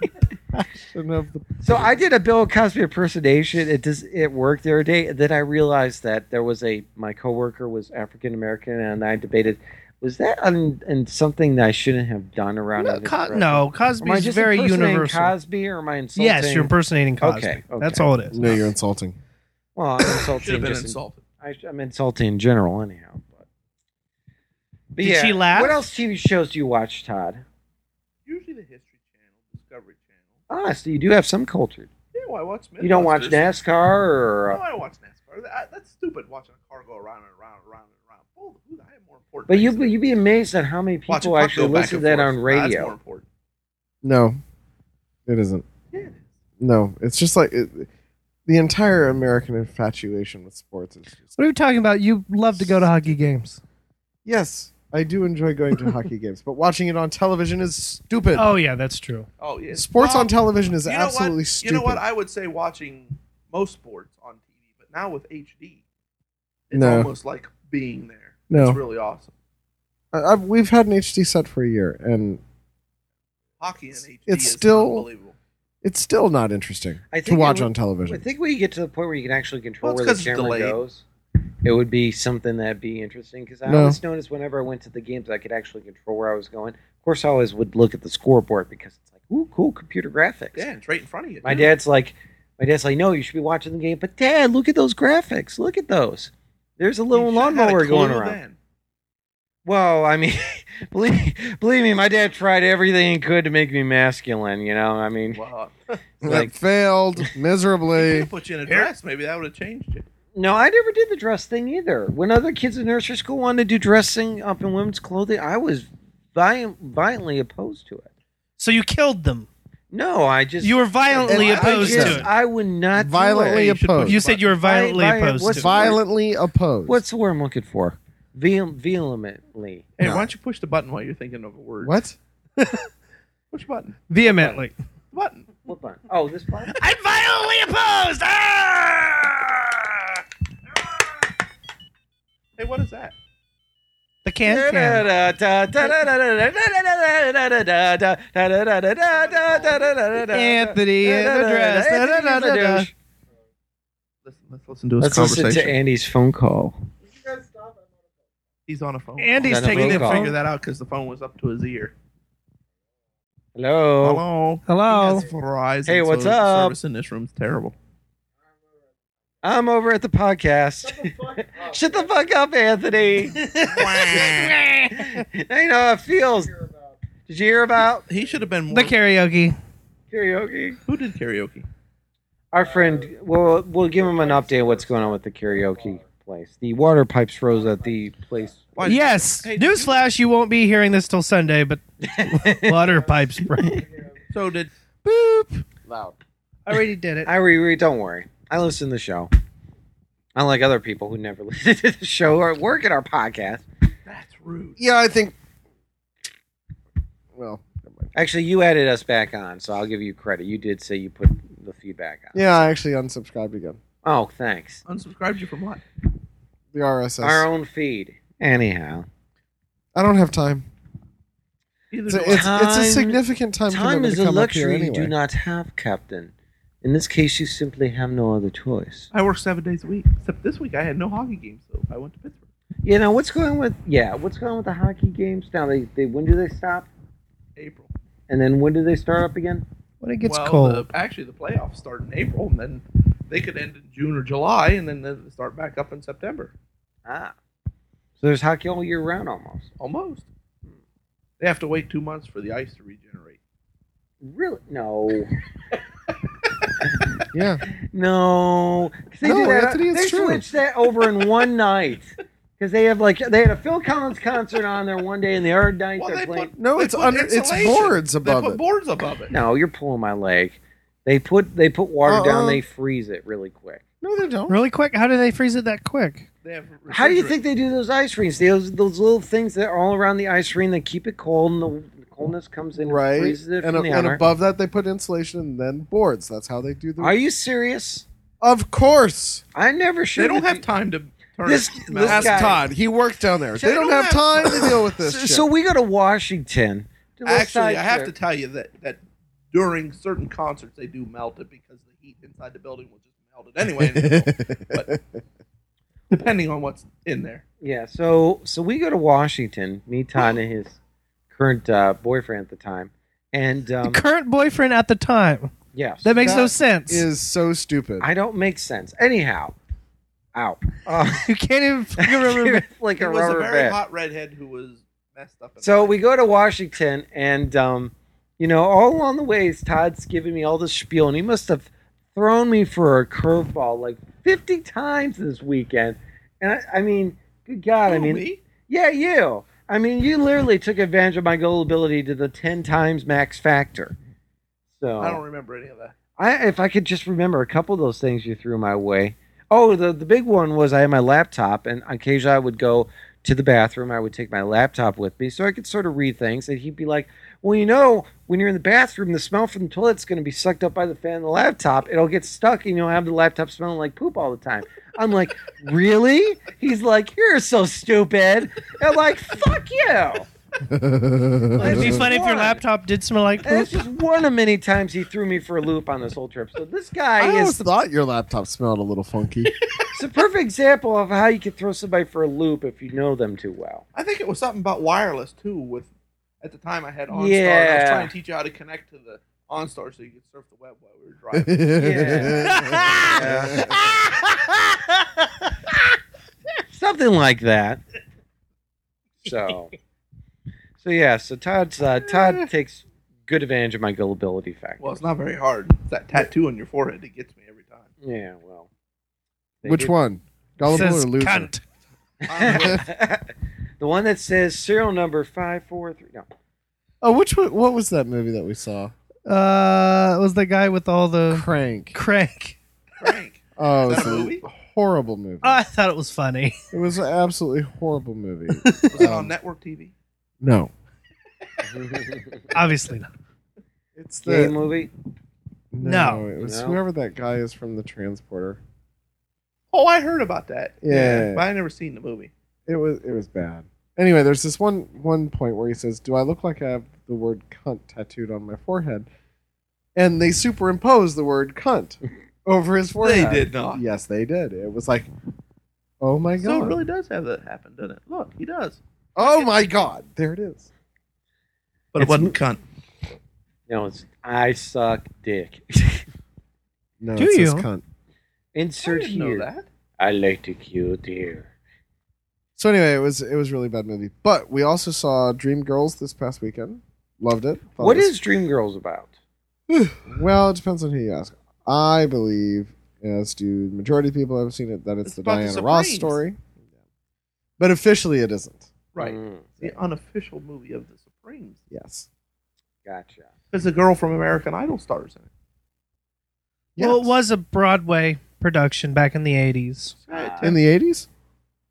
Speaker 3: So I did a Bill Cosby impersonation. It does it worked the other day. And then I realized that there was a my coworker was African American, and I debated was that un, and something that I shouldn't have done around.
Speaker 1: No,
Speaker 3: other
Speaker 1: Co-
Speaker 3: people?
Speaker 1: no
Speaker 3: Am I
Speaker 1: Cosby's
Speaker 3: just
Speaker 1: very
Speaker 3: impersonating
Speaker 1: universal.
Speaker 3: Cosby, or am I insulting?
Speaker 1: yes, you're impersonating Cosby.
Speaker 3: Okay, okay.
Speaker 1: That's all it is.
Speaker 4: no, you're insulting.
Speaker 3: Well, I'm
Speaker 2: Should have
Speaker 3: insulting.
Speaker 2: been
Speaker 3: just in-
Speaker 2: insulted.
Speaker 3: I, I'm insulting in general, anyhow. But, but
Speaker 1: Did
Speaker 3: yeah.
Speaker 1: she laugh?
Speaker 3: What else TV shows do you watch, Todd?
Speaker 2: Usually the History Channel, Discovery Channel.
Speaker 3: Ah, so you do have some culture.
Speaker 2: Yeah, No, I watch.
Speaker 3: You don't watch
Speaker 2: Mythbusters.
Speaker 3: NASCAR or
Speaker 2: No, I watch NASCAR. That- that's stupid. Watching a car go around and around and around and around. Bull, who- I have more important.
Speaker 3: But you
Speaker 2: things to do.
Speaker 3: you'd be amazed at how many
Speaker 2: Watch a
Speaker 3: people
Speaker 2: truck
Speaker 3: actually
Speaker 2: go back
Speaker 3: listen to
Speaker 2: and
Speaker 3: that
Speaker 2: forth.
Speaker 3: on
Speaker 2: That's more
Speaker 3: radio.
Speaker 2: important.
Speaker 4: No, it isn't.
Speaker 2: Yeah, it is.
Speaker 4: No, it's just like it, the entire American infatuation with sports is just.
Speaker 6: What are you talking about? You love to go to hockey games.
Speaker 4: Yes, I do enjoy going to hockey games, but watching it on television is stupid.
Speaker 6: Oh yeah, that's true.
Speaker 2: Oh yeah.
Speaker 4: Sports
Speaker 2: Well,
Speaker 4: on television is
Speaker 2: you know what?
Speaker 4: absolutely stupid.
Speaker 2: You know what? I would say watching most sports on TV, but now with HD, it's
Speaker 4: No.
Speaker 2: almost like being there.
Speaker 4: No.
Speaker 2: It's really awesome.
Speaker 4: I, I, we've had an HD set for a year, and
Speaker 2: Hockey in HD
Speaker 4: It's
Speaker 2: is
Speaker 4: still-
Speaker 2: unbelievable.
Speaker 4: it's still not interesting
Speaker 3: I
Speaker 4: to
Speaker 3: think
Speaker 4: watch
Speaker 3: it would-
Speaker 4: on television.
Speaker 3: I think when you get to the point where you can actually control
Speaker 2: Well, it's
Speaker 3: where
Speaker 2: 'cause
Speaker 3: the
Speaker 2: it's
Speaker 3: camera
Speaker 2: delayed.
Speaker 3: goes, it would be something that'd be interesting. Because I
Speaker 4: No.
Speaker 3: always noticed whenever I went to the games, I could actually control where I was going. Of course, I always would look at the scoreboard because it's like, ooh, cool computer graphics.
Speaker 2: Yeah, it's right in front of you.
Speaker 3: My
Speaker 2: too.
Speaker 3: dad's like, my dad's like, no, you should be watching the game. But dad, look at those graphics. Look at those. There's a
Speaker 2: You
Speaker 3: little
Speaker 2: should have had a
Speaker 3: lawnmower going
Speaker 2: clue
Speaker 3: around.
Speaker 2: then.
Speaker 3: Well, I mean, believe, believe me, my dad tried everything he could to make me masculine. You know, I mean,
Speaker 2: Wow.
Speaker 4: It
Speaker 3: like-
Speaker 4: failed
Speaker 2: Could
Speaker 4: miserably.
Speaker 2: have put you in a dress. Maybe that would have changed it.
Speaker 3: no, I never did the dress thing either. When other kids in nursery school wanted to do dressing up in women's clothing, I was violent, violently opposed to it.
Speaker 6: So you killed them.
Speaker 3: No, I just
Speaker 6: You were violently
Speaker 3: I- I
Speaker 6: opposed
Speaker 3: just-
Speaker 6: to it.
Speaker 3: I would not do
Speaker 4: Violently
Speaker 3: it.
Speaker 2: You should put-
Speaker 4: opposed.
Speaker 6: You said you were violently
Speaker 3: Vi- vi-
Speaker 6: opposed
Speaker 3: what's
Speaker 6: to it.
Speaker 3: vi-
Speaker 4: Violently opposed.
Speaker 3: What's the word I'm looking for? Vehem- vehemently.
Speaker 2: Hey,
Speaker 4: No.
Speaker 2: why don't you push the button while you're thinking of a word?
Speaker 4: what?
Speaker 2: Push button.
Speaker 6: vehemently.
Speaker 2: Button.
Speaker 3: What button? Oh, this button.
Speaker 5: I'm violently opposed! Ah!
Speaker 2: Hey, what is that?
Speaker 6: The can can.
Speaker 3: Anthony
Speaker 6: Anthony in a dress. Da-da-da-da-da.
Speaker 2: Listen, let's listen to his
Speaker 3: Let's
Speaker 2: conversation.
Speaker 3: listen to Andy's phone call.
Speaker 2: He's on a phone.
Speaker 6: Andy's
Speaker 3: Got a
Speaker 6: taking
Speaker 3: roll
Speaker 6: the
Speaker 3: call.
Speaker 2: figure
Speaker 6: phone.
Speaker 2: that out because the phone was up to his ear.
Speaker 3: Oh. Hello.
Speaker 2: Hello.
Speaker 6: Hello.
Speaker 2: He has Verizon,
Speaker 3: Hey,
Speaker 2: so
Speaker 3: what's
Speaker 2: the
Speaker 3: up?
Speaker 2: Service in this room's terrible.
Speaker 3: I'm over at the podcast. Shut the fuck up, Anthony. now you know how it feels. Did you hear about
Speaker 2: He should have been more.
Speaker 6: The karaoke.
Speaker 3: karaoke?
Speaker 2: who did karaoke?
Speaker 3: Our friend, we'll, we'll give him an update on what's going on with the karaoke place. The water pipes froze at the place.
Speaker 2: Why-
Speaker 6: Yes.
Speaker 2: Hey, did you-
Speaker 6: Newsflash, you won't be hearing this till Sunday, but water pipes break.
Speaker 2: So did
Speaker 6: Boop.
Speaker 3: Loud.
Speaker 6: I already did it.
Speaker 3: I re, re don't worry. I listen to the show. Unlike other people who never listen to the show or work at our podcast.
Speaker 2: that's rude.
Speaker 4: Yeah, I think. Well, never mind.
Speaker 3: Actually, you added us back on, so I'll give you credit. You did say you put the feedback on.
Speaker 4: yeah, I actually unsubscribed again.
Speaker 3: Oh, thanks.
Speaker 2: Unsubscribed you from what?
Speaker 4: The RSS.
Speaker 3: Our own feed. Anyhow,
Speaker 4: I don't have time.
Speaker 2: Either
Speaker 4: It's a,
Speaker 2: do I.
Speaker 4: it's, it's a
Speaker 3: Time-
Speaker 4: significant time.
Speaker 3: time
Speaker 4: commitment
Speaker 3: is
Speaker 4: to
Speaker 3: a
Speaker 4: come up here
Speaker 3: luxury you
Speaker 4: anyway.
Speaker 3: do not have, Captain. In this case, you simply have no other choice.
Speaker 2: I work seven days a week. Except this week I had no hockey games, so I went to Pittsburgh.
Speaker 3: You know what's going on with yeah, what's going on with the hockey games now? They they when do they stop?
Speaker 2: April.
Speaker 3: And then when do they start up again?
Speaker 6: When it gets
Speaker 2: well, uh,
Speaker 6: cold.
Speaker 2: The, actually, the playoffs start in April, and then they could end in June or July, and then they start back up in September.
Speaker 3: Ah, so there's hockey all year round almost.
Speaker 2: Almost. They have to wait two months for the ice to regenerate.
Speaker 3: Really? No,
Speaker 4: Yeah.
Speaker 3: no. 'Cause They
Speaker 4: No,
Speaker 3: do that-
Speaker 4: Anthony, it's
Speaker 3: they
Speaker 4: true.
Speaker 3: switched that over in one night because they have like they had a Phil Collins concert on there one day and the other night
Speaker 2: Well,
Speaker 3: they're
Speaker 2: they
Speaker 3: playing.
Speaker 2: put,
Speaker 4: No,
Speaker 2: they
Speaker 4: it's
Speaker 2: put
Speaker 4: under- it's
Speaker 2: insulation.
Speaker 4: boards above
Speaker 2: they put
Speaker 4: it.
Speaker 2: boards above it.
Speaker 3: No, you're pulling my leg. They put they put water
Speaker 4: Uh-uh.
Speaker 3: down. They freeze it really quick.
Speaker 4: No, they don't.
Speaker 6: Really quick? How do they freeze it that quick?
Speaker 2: They have
Speaker 3: How do you
Speaker 2: refrigerant.
Speaker 3: think they do those ice rings? Those those little things that are all around the ice ring that keep it cold and the, the coldness comes in
Speaker 4: Right.
Speaker 3: and freezes it from
Speaker 4: And, a-
Speaker 3: the
Speaker 4: and
Speaker 3: outer.
Speaker 4: above that, they put insulation and then boards. That's how they do the.
Speaker 3: Are you serious?
Speaker 4: of course.
Speaker 3: I'm never sure.
Speaker 2: They don't
Speaker 3: that
Speaker 2: have time to turn
Speaker 3: This-
Speaker 2: it
Speaker 3: this
Speaker 2: mouth.
Speaker 4: Ask
Speaker 3: guy-
Speaker 4: Todd. He worked down there.
Speaker 3: So
Speaker 4: they
Speaker 3: I
Speaker 4: don't,
Speaker 3: don't
Speaker 4: have time to deal with this.
Speaker 3: So,
Speaker 4: shit.
Speaker 3: so we go to Washington. to those
Speaker 2: Actually,
Speaker 3: side
Speaker 2: I have to
Speaker 3: trips.
Speaker 2: tell you that, that during certain concerts they do melt it because the heat inside the building will just melt it anyway, and it'll- but depending on what's in there.
Speaker 3: yeah. So so we go to Washington. Me, Todd, and his current uh, boyfriend at the time. And
Speaker 6: The
Speaker 3: um,
Speaker 6: current boyfriend at the time.
Speaker 3: yes,
Speaker 6: That makes no
Speaker 4: That
Speaker 6: sense.
Speaker 4: is so stupid.
Speaker 3: I don't make sense. Anyhow, out. Uh,
Speaker 6: you can't even figure remember.
Speaker 3: like
Speaker 2: He
Speaker 3: a
Speaker 2: was a
Speaker 3: rubber
Speaker 2: very
Speaker 3: band.
Speaker 2: hot redhead who was messed up. in
Speaker 3: So
Speaker 2: life.
Speaker 3: we go to Washington, and um, you know, all along the ways, Todd's giving me all this spiel, and he must have thrown me for a curveball like 50 times this weekend. And I, I mean, good God, I
Speaker 2: Who,
Speaker 3: mean,
Speaker 2: me?
Speaker 3: yeah, you. I mean, you literally took advantage of my gullibility to the 10 times max factor. So
Speaker 2: I don't remember any of that.
Speaker 3: I if I could just remember a couple of those things you threw my way. Oh, the the big one was I had my laptop, and occasionally I would go to the bathroom. I would take my laptop with me so I could sort of read things, and he'd be like, "Well, you know, when you're in the bathroom, the smell from the toilet's going to be sucked up by the fan of the laptop. It'll get stuck, and you'll have the laptop smelling like poop all the time." I'm like, "Really?" He's like, "You're so stupid." I'm like, "Fuck you."
Speaker 6: It'd be
Speaker 3: Just
Speaker 6: funny if your
Speaker 3: one.
Speaker 6: laptop did smell like
Speaker 3: And
Speaker 6: poop.
Speaker 3: it's just one of many times he threw me for a loop on this whole trip. So this
Speaker 4: I
Speaker 3: guy
Speaker 4: always
Speaker 3: is
Speaker 4: thought your laptop smelled a little funky.
Speaker 3: It's a perfect example of how you can throw somebody for a loop if you know them too well.
Speaker 2: I think it was something about wireless too. With at the time I had OnStar, and I was
Speaker 3: Yeah.
Speaker 2: trying to teach you how to connect to the OnStar so you could surf the web while we were driving.
Speaker 4: yeah.
Speaker 3: Something like that. So, so yeah. So Todd's uh, Todd takes good advantage of my gullibility factor.
Speaker 2: well, it's not very hard. It's that tattoo on your forehead that gets me every time.
Speaker 3: yeah. Well. they
Speaker 4: Which
Speaker 3: did-
Speaker 4: one? Gullible
Speaker 6: Says
Speaker 4: or loser?
Speaker 6: cunt.
Speaker 3: the one that says serial number five four three. No.
Speaker 4: Oh, which one, what was that movie that we saw?
Speaker 6: Uh, it was the guy with all the
Speaker 4: Crank.
Speaker 6: crank.
Speaker 2: Frank.
Speaker 4: Oh,
Speaker 2: Is
Speaker 4: it was
Speaker 2: that a
Speaker 4: a
Speaker 2: movie? Uh,
Speaker 4: horrible movie.
Speaker 6: I thought it was funny.
Speaker 4: it was an absolutely horrible movie.
Speaker 2: Was it on network TV?
Speaker 4: no,
Speaker 6: Obviously not.
Speaker 4: it's the
Speaker 3: Gay movie.
Speaker 4: no,
Speaker 6: No.
Speaker 4: It was
Speaker 3: No.
Speaker 4: whoever that guy is from the transporter.
Speaker 2: Oh, I heard about that.
Speaker 4: Yeah.
Speaker 2: but I never seen the movie.
Speaker 4: It was it was bad. Anyway, there's this one one point where he says, "Do I look like I have the word cunt tattooed on my forehead?" And they superimpose the word cunt over his forehead.
Speaker 2: not.
Speaker 4: Yes, they did. It was like, oh my god.
Speaker 2: So it really does have that happen, doesn't it? Look, he does.
Speaker 4: Oh my god. There it is.
Speaker 2: But
Speaker 3: It's-
Speaker 2: wasn't cunt.
Speaker 3: No, it's I suck dick.
Speaker 4: No,
Speaker 6: Do
Speaker 4: it says
Speaker 6: you?
Speaker 4: cunt.
Speaker 2: I
Speaker 3: Insert
Speaker 2: didn't
Speaker 3: here.
Speaker 2: know that.
Speaker 3: I like to cue deer.
Speaker 4: So anyway, it was it was a really bad movie. But we also saw Dream Girls this past weekend. Loved it.
Speaker 2: Oh,
Speaker 4: Thought
Speaker 3: What
Speaker 4: it was-
Speaker 3: is Dreamgirls about?
Speaker 4: Well, it depends on who you ask. I believe, as do the majority of people who have seen it, that it's,
Speaker 2: It's
Speaker 4: the
Speaker 2: about the
Speaker 4: Diana Ross
Speaker 2: Supremes.
Speaker 4: story. But officially, it isn't.
Speaker 2: Right.
Speaker 3: Mm,
Speaker 2: The unofficial movie of the Supremes.
Speaker 4: Yes.
Speaker 3: gotcha.
Speaker 2: There's a girl from American Idol stars in it.
Speaker 6: Well, it
Speaker 4: Yes.
Speaker 6: was a Broadway production back in the 80s.
Speaker 2: Yeah,
Speaker 4: in the eighties.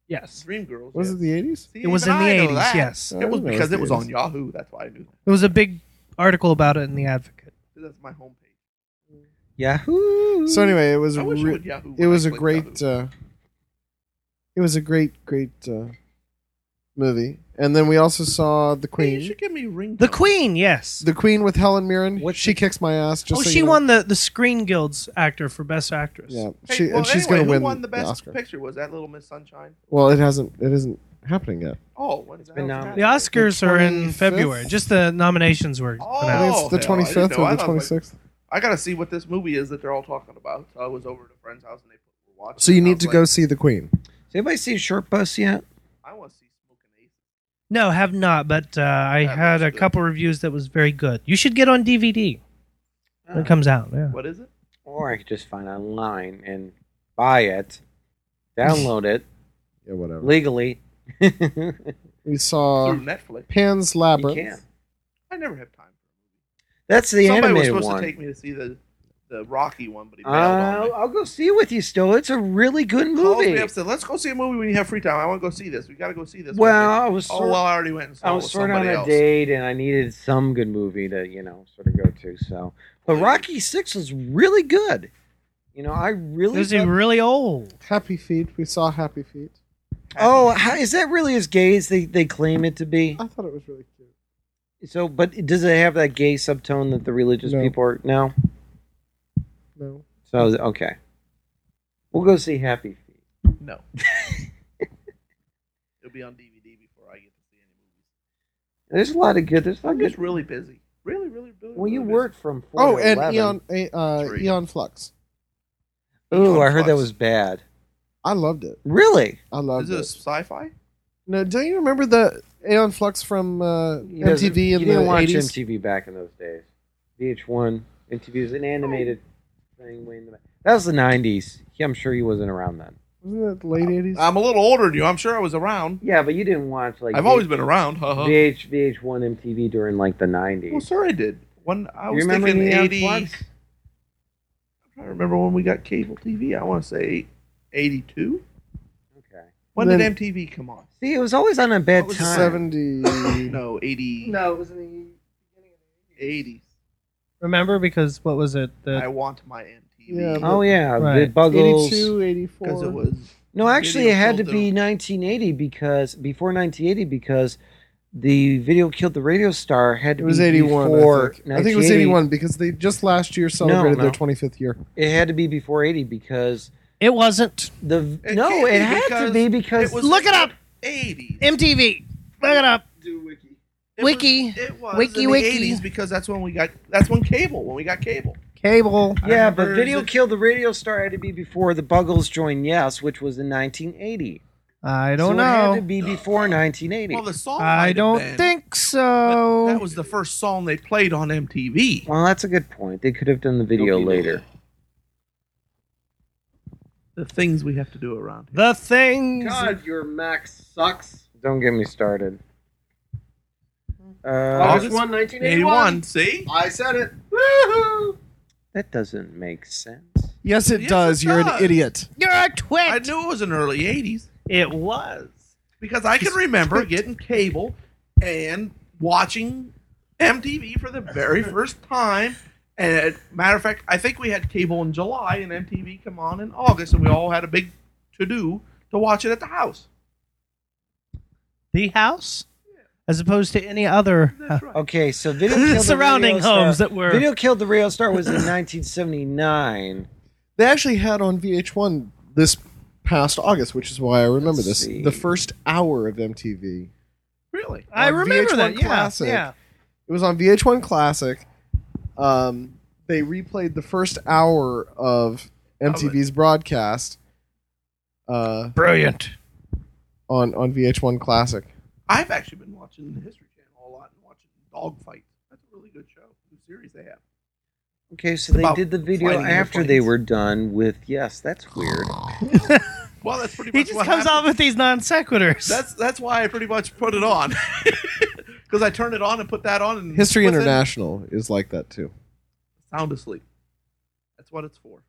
Speaker 6: Yes.
Speaker 2: Dream Girls.
Speaker 4: Was
Speaker 2: yeah.
Speaker 4: it the eighties?
Speaker 2: See,
Speaker 6: It was
Speaker 2: even
Speaker 6: in the
Speaker 2: I know
Speaker 6: 80s,
Speaker 2: that.
Speaker 6: yes.
Speaker 4: I
Speaker 2: It was
Speaker 4: know
Speaker 2: because
Speaker 4: the
Speaker 2: it was on
Speaker 4: 80s.
Speaker 2: Yahoo. That's why I knew that.
Speaker 6: There was a big article about it in The Advocate.
Speaker 2: That's my homepage.
Speaker 3: Yahoo!
Speaker 4: So anyway, it was
Speaker 2: I
Speaker 4: a
Speaker 2: wish
Speaker 4: re-
Speaker 2: it would Yahoo.
Speaker 4: it
Speaker 2: when
Speaker 4: was
Speaker 2: I
Speaker 4: a
Speaker 2: clicked
Speaker 4: great
Speaker 2: Yahoo.
Speaker 4: uh, it was a great great uh, movie. And then we also saw
Speaker 2: Hey, you
Speaker 4: the Queen.
Speaker 2: should give me a ring.
Speaker 6: The Queen, yes.
Speaker 4: The Queen with Helen Mirren.
Speaker 3: What's
Speaker 4: she
Speaker 3: the-
Speaker 4: kicks my ass. Just
Speaker 6: oh,
Speaker 4: so
Speaker 6: she
Speaker 4: you know.
Speaker 6: won the, the Screen Guild's actor for Best Actress.
Speaker 4: Yeah,
Speaker 2: Hey,
Speaker 4: she,
Speaker 2: well,
Speaker 4: and she's
Speaker 2: anyway,
Speaker 4: going
Speaker 2: who
Speaker 4: to win
Speaker 2: won the best
Speaker 4: Oscar.
Speaker 2: picture? Was that Little Miss Sunshine?
Speaker 4: Well, it hasn't. It isn't happening yet.
Speaker 2: Oh, what is that?
Speaker 3: been
Speaker 2: What's that?
Speaker 6: The Oscars are in
Speaker 4: 25th?
Speaker 6: February. Just the nominations were
Speaker 4: I think
Speaker 6: announced.
Speaker 2: Oh,
Speaker 4: it's the
Speaker 2: hell, I
Speaker 4: twenty
Speaker 2: didn't
Speaker 4: fifth
Speaker 2: know.
Speaker 4: or
Speaker 2: I
Speaker 4: the
Speaker 2: thought it
Speaker 4: twenty
Speaker 2: was
Speaker 4: sixth.
Speaker 2: I gotta see what this movie is that they're all talking about. So I was over to a friend's house and they put were watching.
Speaker 4: So you
Speaker 2: and I
Speaker 4: need
Speaker 2: was
Speaker 4: to
Speaker 2: like,
Speaker 4: go see the Queen.
Speaker 3: Has anybody seen Short Bus yet?
Speaker 2: I want to see Smoking Aces.
Speaker 6: No, have not. But uh, I
Speaker 2: That
Speaker 6: had
Speaker 2: looks
Speaker 6: a
Speaker 2: good.
Speaker 6: couple reviews that was very good. You should get on DVD when
Speaker 1: Mm.
Speaker 6: it comes out. Yeah.
Speaker 2: What is it?
Speaker 3: Or I could just find online and buy it, download it
Speaker 4: Yeah, whatever.
Speaker 3: legally. you
Speaker 4: We saw
Speaker 3: Uh,
Speaker 2: Through Netflix.
Speaker 4: Pan's Labyrinth.
Speaker 3: can.
Speaker 2: I never have time.
Speaker 3: That's the
Speaker 2: Somebody was
Speaker 3: animated
Speaker 2: supposed
Speaker 3: one.
Speaker 2: to take me to see the the Rocky one, but he
Speaker 3: Uh,
Speaker 2: bailed on me.
Speaker 3: I'll go see it with you still. It's a really good
Speaker 2: Calls me
Speaker 3: movie.
Speaker 2: up, said, "Let's go see a movie when you have free time. I want to go see this. We got to go see this."
Speaker 3: Well,
Speaker 2: one."
Speaker 3: I was
Speaker 2: oh
Speaker 3: sort-
Speaker 2: well, I already went and saw
Speaker 3: I
Speaker 2: it
Speaker 3: was
Speaker 2: with
Speaker 3: sort of on
Speaker 2: somebody
Speaker 3: a
Speaker 2: else.
Speaker 3: date and I needed some good movie to, you know, sort of go to. So, but Rocky Six was really good. You know, I really.
Speaker 6: Is he
Speaker 3: thought-
Speaker 6: really old?
Speaker 4: Happy Feet. We saw Happy Feet.
Speaker 3: oh, how, is that really as gay as they, they claim it to be?
Speaker 4: I thought it was really cute.
Speaker 3: So, but does it have that gay subtone that the religious
Speaker 4: No.
Speaker 3: people are no?
Speaker 4: No.
Speaker 3: So okay, we'll go see Happy Feet.
Speaker 2: No, it'll be on DVD before I get to see any movies.
Speaker 3: There's a lot of good. There's a lot
Speaker 2: I'm
Speaker 3: of
Speaker 2: just
Speaker 3: good.
Speaker 2: really busy. Really, really, really.
Speaker 3: Well,
Speaker 2: really
Speaker 3: you
Speaker 2: busy.
Speaker 3: work from four.
Speaker 4: Oh,
Speaker 3: to
Speaker 4: and
Speaker 3: 11.
Speaker 4: Eon uh,
Speaker 2: Three.
Speaker 4: Eon Flux.
Speaker 3: Ooh, I heard that
Speaker 2: Flux.
Speaker 3: was bad.
Speaker 4: I loved it.
Speaker 3: Really?
Speaker 4: I loved
Speaker 2: Is it
Speaker 4: it.
Speaker 2: a sci-fi?
Speaker 4: No, don't you remember the Aeon Flux from uh,
Speaker 3: You guys-
Speaker 4: MTV
Speaker 3: You
Speaker 4: in
Speaker 3: didn't
Speaker 4: the
Speaker 3: watch
Speaker 4: eighties?
Speaker 3: MTV back in those days. VH1, MTV was an animated thing way in the back. That was the '90s. He, I'm sure he wasn't around then.
Speaker 4: Wasn't it late eighties?
Speaker 2: I'm a little older than you. I'm sure I was around.
Speaker 3: Yeah, but you didn't watch like
Speaker 2: I've always been around. Haha.
Speaker 3: VH VH1 MTV during like the '90s.
Speaker 2: Well, sure I did. One, I
Speaker 3: You
Speaker 2: was
Speaker 3: remember
Speaker 2: thinking
Speaker 3: Neon
Speaker 2: 80. I
Speaker 3: Flux?
Speaker 2: remember when we got cable TV. I want to say 82.
Speaker 3: Okay.
Speaker 2: When
Speaker 4: Then-
Speaker 2: did MTV come on?
Speaker 3: See, it was always on a bad
Speaker 2: What was the
Speaker 3: time.
Speaker 4: Seventy.
Speaker 2: No, 80.
Speaker 7: No, it was in the beginning of
Speaker 2: 80s.
Speaker 6: Remember because what was it?
Speaker 2: I
Speaker 6: The,
Speaker 2: want my MTV.
Speaker 4: Yeah,
Speaker 3: Oh yeah, the
Speaker 6: Right.
Speaker 3: Buggles.
Speaker 4: 82, 84.
Speaker 2: Because it was.
Speaker 3: No, actually, it had to
Speaker 2: Video
Speaker 3: be
Speaker 2: killed
Speaker 3: 1980 because before 1980 because the video killed the radio star had to
Speaker 4: It was
Speaker 3: be
Speaker 4: 81.
Speaker 3: before
Speaker 4: I, think. I think it was
Speaker 3: 1980.
Speaker 4: 81 because they just last year celebrated
Speaker 3: no.
Speaker 4: their 25th year.
Speaker 3: It had to be before 80 because
Speaker 6: it wasn't.
Speaker 3: the
Speaker 2: It
Speaker 3: no,
Speaker 2: can't
Speaker 3: it
Speaker 2: be
Speaker 3: had to
Speaker 2: because
Speaker 3: be because
Speaker 2: was
Speaker 6: Look it up.
Speaker 2: 80s.
Speaker 6: MTV. Look it up.
Speaker 2: do wiki.
Speaker 6: Wiki.
Speaker 2: Was, it was
Speaker 6: Wiki,
Speaker 2: in the
Speaker 6: wiki.
Speaker 2: 80s because that's when we got. That's when cable. When we got cable.
Speaker 6: Cable.
Speaker 2: I
Speaker 3: yeah, but
Speaker 2: remember
Speaker 3: video
Speaker 2: the-
Speaker 3: killed the radio star had to be before the Buggles joined Yes, which was in 1980.
Speaker 6: I don't
Speaker 3: So It had to
Speaker 6: know.
Speaker 3: be before 1980.
Speaker 2: Well, the song. might
Speaker 6: I
Speaker 2: have
Speaker 6: don't
Speaker 2: been,
Speaker 6: think
Speaker 2: but
Speaker 6: so.
Speaker 2: That was the first song they played on MTV.
Speaker 3: Well, that's a good point. They could have done the video
Speaker 2: Don't be
Speaker 3: later.
Speaker 2: The things we have to do around. here.
Speaker 6: the things.
Speaker 7: your Mac sucks.
Speaker 3: Don't get me started. Uh,
Speaker 7: August 1,
Speaker 2: 81. See.
Speaker 7: I said it. Woohoo!
Speaker 3: that doesn't make sense.
Speaker 2: Yes,
Speaker 4: Yes, it
Speaker 2: it
Speaker 4: does. You're
Speaker 2: does.
Speaker 4: an idiot.
Speaker 6: You're a twit.
Speaker 2: I knew it was an early 80s
Speaker 6: it was.
Speaker 2: because I can remember getting cable and watching MTV for the very first time. And matter of fact, I think we had cable in July and MTV come on in August, and we all had a big to do to watch it at the house.
Speaker 6: The house, as opposed to any other uh,
Speaker 2: That's right.
Speaker 3: Okay, so video killed the
Speaker 6: surrounding
Speaker 3: radio star-
Speaker 6: homes that were.
Speaker 3: Video killed the radio star was in 1979.
Speaker 4: They actually had on VH1 this past August, which is why I remember
Speaker 3: Let's
Speaker 4: this.
Speaker 3: see.
Speaker 4: The first hour of MTV.
Speaker 2: Really?
Speaker 6: I
Speaker 4: on
Speaker 6: remember
Speaker 4: VH1
Speaker 6: that. Yeah,
Speaker 4: Classic.
Speaker 6: yeah.
Speaker 4: It was on VH1 Classic. Um, they replayed the first hour of MTV's broadcast uh,
Speaker 6: Brilliant.
Speaker 4: on on VH1 Classic.
Speaker 2: I've actually been watching the History Channel a lot and watching Dogfight. That's a really good show. New series they have.
Speaker 3: Okay, so
Speaker 2: It's
Speaker 3: they
Speaker 2: about
Speaker 3: did the video
Speaker 2: flying
Speaker 3: after they
Speaker 2: airplanes.
Speaker 3: were done with Yes. That's weird.
Speaker 2: Well, that's pretty much
Speaker 6: He just
Speaker 2: what
Speaker 6: comes
Speaker 2: happened.
Speaker 6: off with these non sequiturs.
Speaker 2: That's that's why I pretty much put it on because I turned it on and put that on. And
Speaker 4: History
Speaker 2: within-
Speaker 4: International is like that too.
Speaker 2: sound asleep. That's what it's for.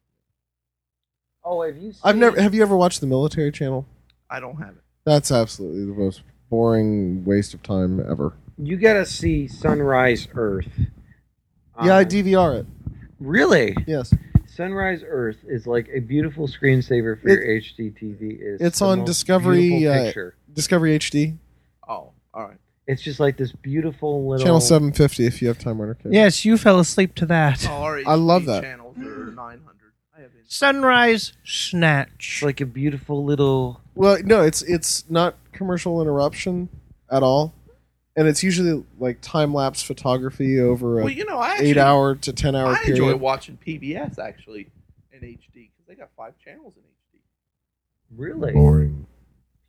Speaker 3: Oh, have you? Seen
Speaker 4: I've never. Have you ever watched the Military Channel?
Speaker 2: I don't have it.
Speaker 4: That's absolutely the most boring waste of time ever.
Speaker 3: You gotta see Sunrise Earth.
Speaker 4: yeah, I
Speaker 3: Um,
Speaker 4: DVR it.
Speaker 3: Really,
Speaker 4: Yes,
Speaker 3: Sunrise Earth is like a beautiful screensaver for
Speaker 4: It-
Speaker 3: your HDTV. Is
Speaker 4: it's on Discovery, uh, Discovery HD,
Speaker 2: Oh, all right.
Speaker 3: It's just like this beautiful little
Speaker 4: channel seven fifty. If you have Time Warner Cable.
Speaker 6: yes, you fell asleep to that.
Speaker 2: Oh, all right.
Speaker 4: I love
Speaker 2: HD
Speaker 4: that.
Speaker 2: Channels are 900. I have it.
Speaker 6: Sunrise Snatch.
Speaker 3: It's like a beautiful little.
Speaker 4: Well, no, it's it's not commercial interruption at all, and it's usually like time lapse photography over a
Speaker 2: Well, you know, I actually,
Speaker 4: eight hour to ten hour
Speaker 2: I
Speaker 4: period.
Speaker 2: enjoy watching PBS actually in HD because they got five channels in HD.
Speaker 3: Really,
Speaker 4: Boring.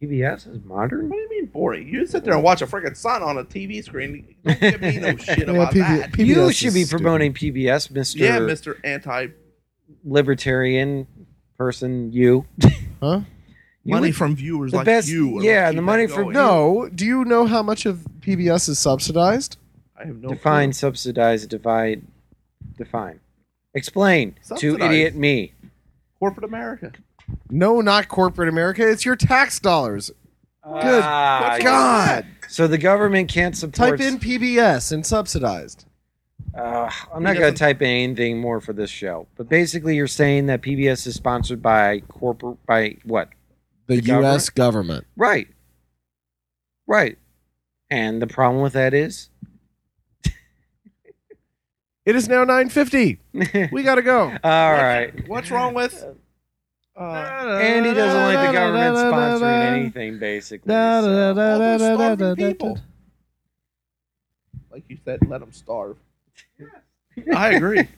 Speaker 3: PBS is modern.
Speaker 2: What do you mean boring? You sit there and watch a freaking sun on a TV screen. Don't give me no shit
Speaker 4: Yeah,
Speaker 2: about
Speaker 4: PB-
Speaker 2: that.
Speaker 4: PBS
Speaker 3: you
Speaker 4: is
Speaker 3: should be
Speaker 4: stupid.
Speaker 3: promoting PBS, Mister
Speaker 2: Yeah, Mister Anti
Speaker 3: Libertarian person. You,
Speaker 4: Huh?
Speaker 3: You
Speaker 2: Money
Speaker 3: would-
Speaker 2: from viewers
Speaker 3: the
Speaker 2: like
Speaker 3: best-
Speaker 2: you. are
Speaker 3: yeah,
Speaker 2: what
Speaker 3: the
Speaker 2: keep
Speaker 3: money
Speaker 2: that
Speaker 3: from-
Speaker 2: going.
Speaker 4: No, do you know how much of PBS is subsidized?
Speaker 2: I have no
Speaker 3: define,
Speaker 2: clue.
Speaker 3: subsidize, divide, define, explain to
Speaker 2: Subsidize.
Speaker 3: idiot me.
Speaker 2: corporate America.
Speaker 4: No, not corporate America. It's your tax dollars. Good
Speaker 3: Ah,
Speaker 4: God.
Speaker 3: So the government can't support.
Speaker 4: Type in PBS and subsidized.
Speaker 3: Uh, I'm not
Speaker 2: He
Speaker 3: going
Speaker 2: doesn't-
Speaker 3: to type in anything more for this show. But basically, you're saying that PBS is sponsored by corporate by what?
Speaker 4: The,
Speaker 3: US
Speaker 4: government.
Speaker 3: Right. Right. And the problem with that is
Speaker 4: It is now 9:50. We got to go.
Speaker 3: All right.
Speaker 2: What's wrong with? Uh,
Speaker 3: Andy doesn't like the government sponsoring anything, basically. so-
Speaker 2: all those starving people. Like you said, let them starve. I agree.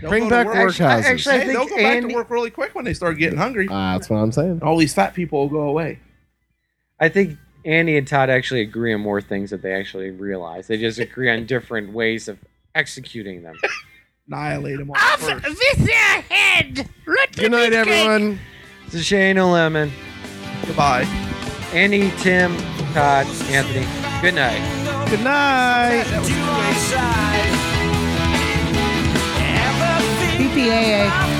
Speaker 2: They'll
Speaker 4: Bring
Speaker 2: go to
Speaker 4: back
Speaker 2: work.
Speaker 4: workhouses.
Speaker 3: Actually, actually, I
Speaker 2: Hey, they'll
Speaker 3: think
Speaker 2: go back
Speaker 3: Andy-
Speaker 2: to work really quick when they start getting hungry.
Speaker 4: Ah, that's what I'm saying.
Speaker 2: All these fat people will go away.
Speaker 3: I think Andy and Todd actually agree on more things that they actually realize. They just agree on different ways of executing them.
Speaker 2: annihilate them all
Speaker 5: Off
Speaker 2: first.
Speaker 5: with your head! Rotten
Speaker 4: Good night,
Speaker 5: cake.
Speaker 4: everyone.
Speaker 3: It's a Shana Lemon.
Speaker 2: Goodbye.
Speaker 3: Andy, Tim, Todd, Anthony. Good night.
Speaker 4: Good night.
Speaker 6: BPAA.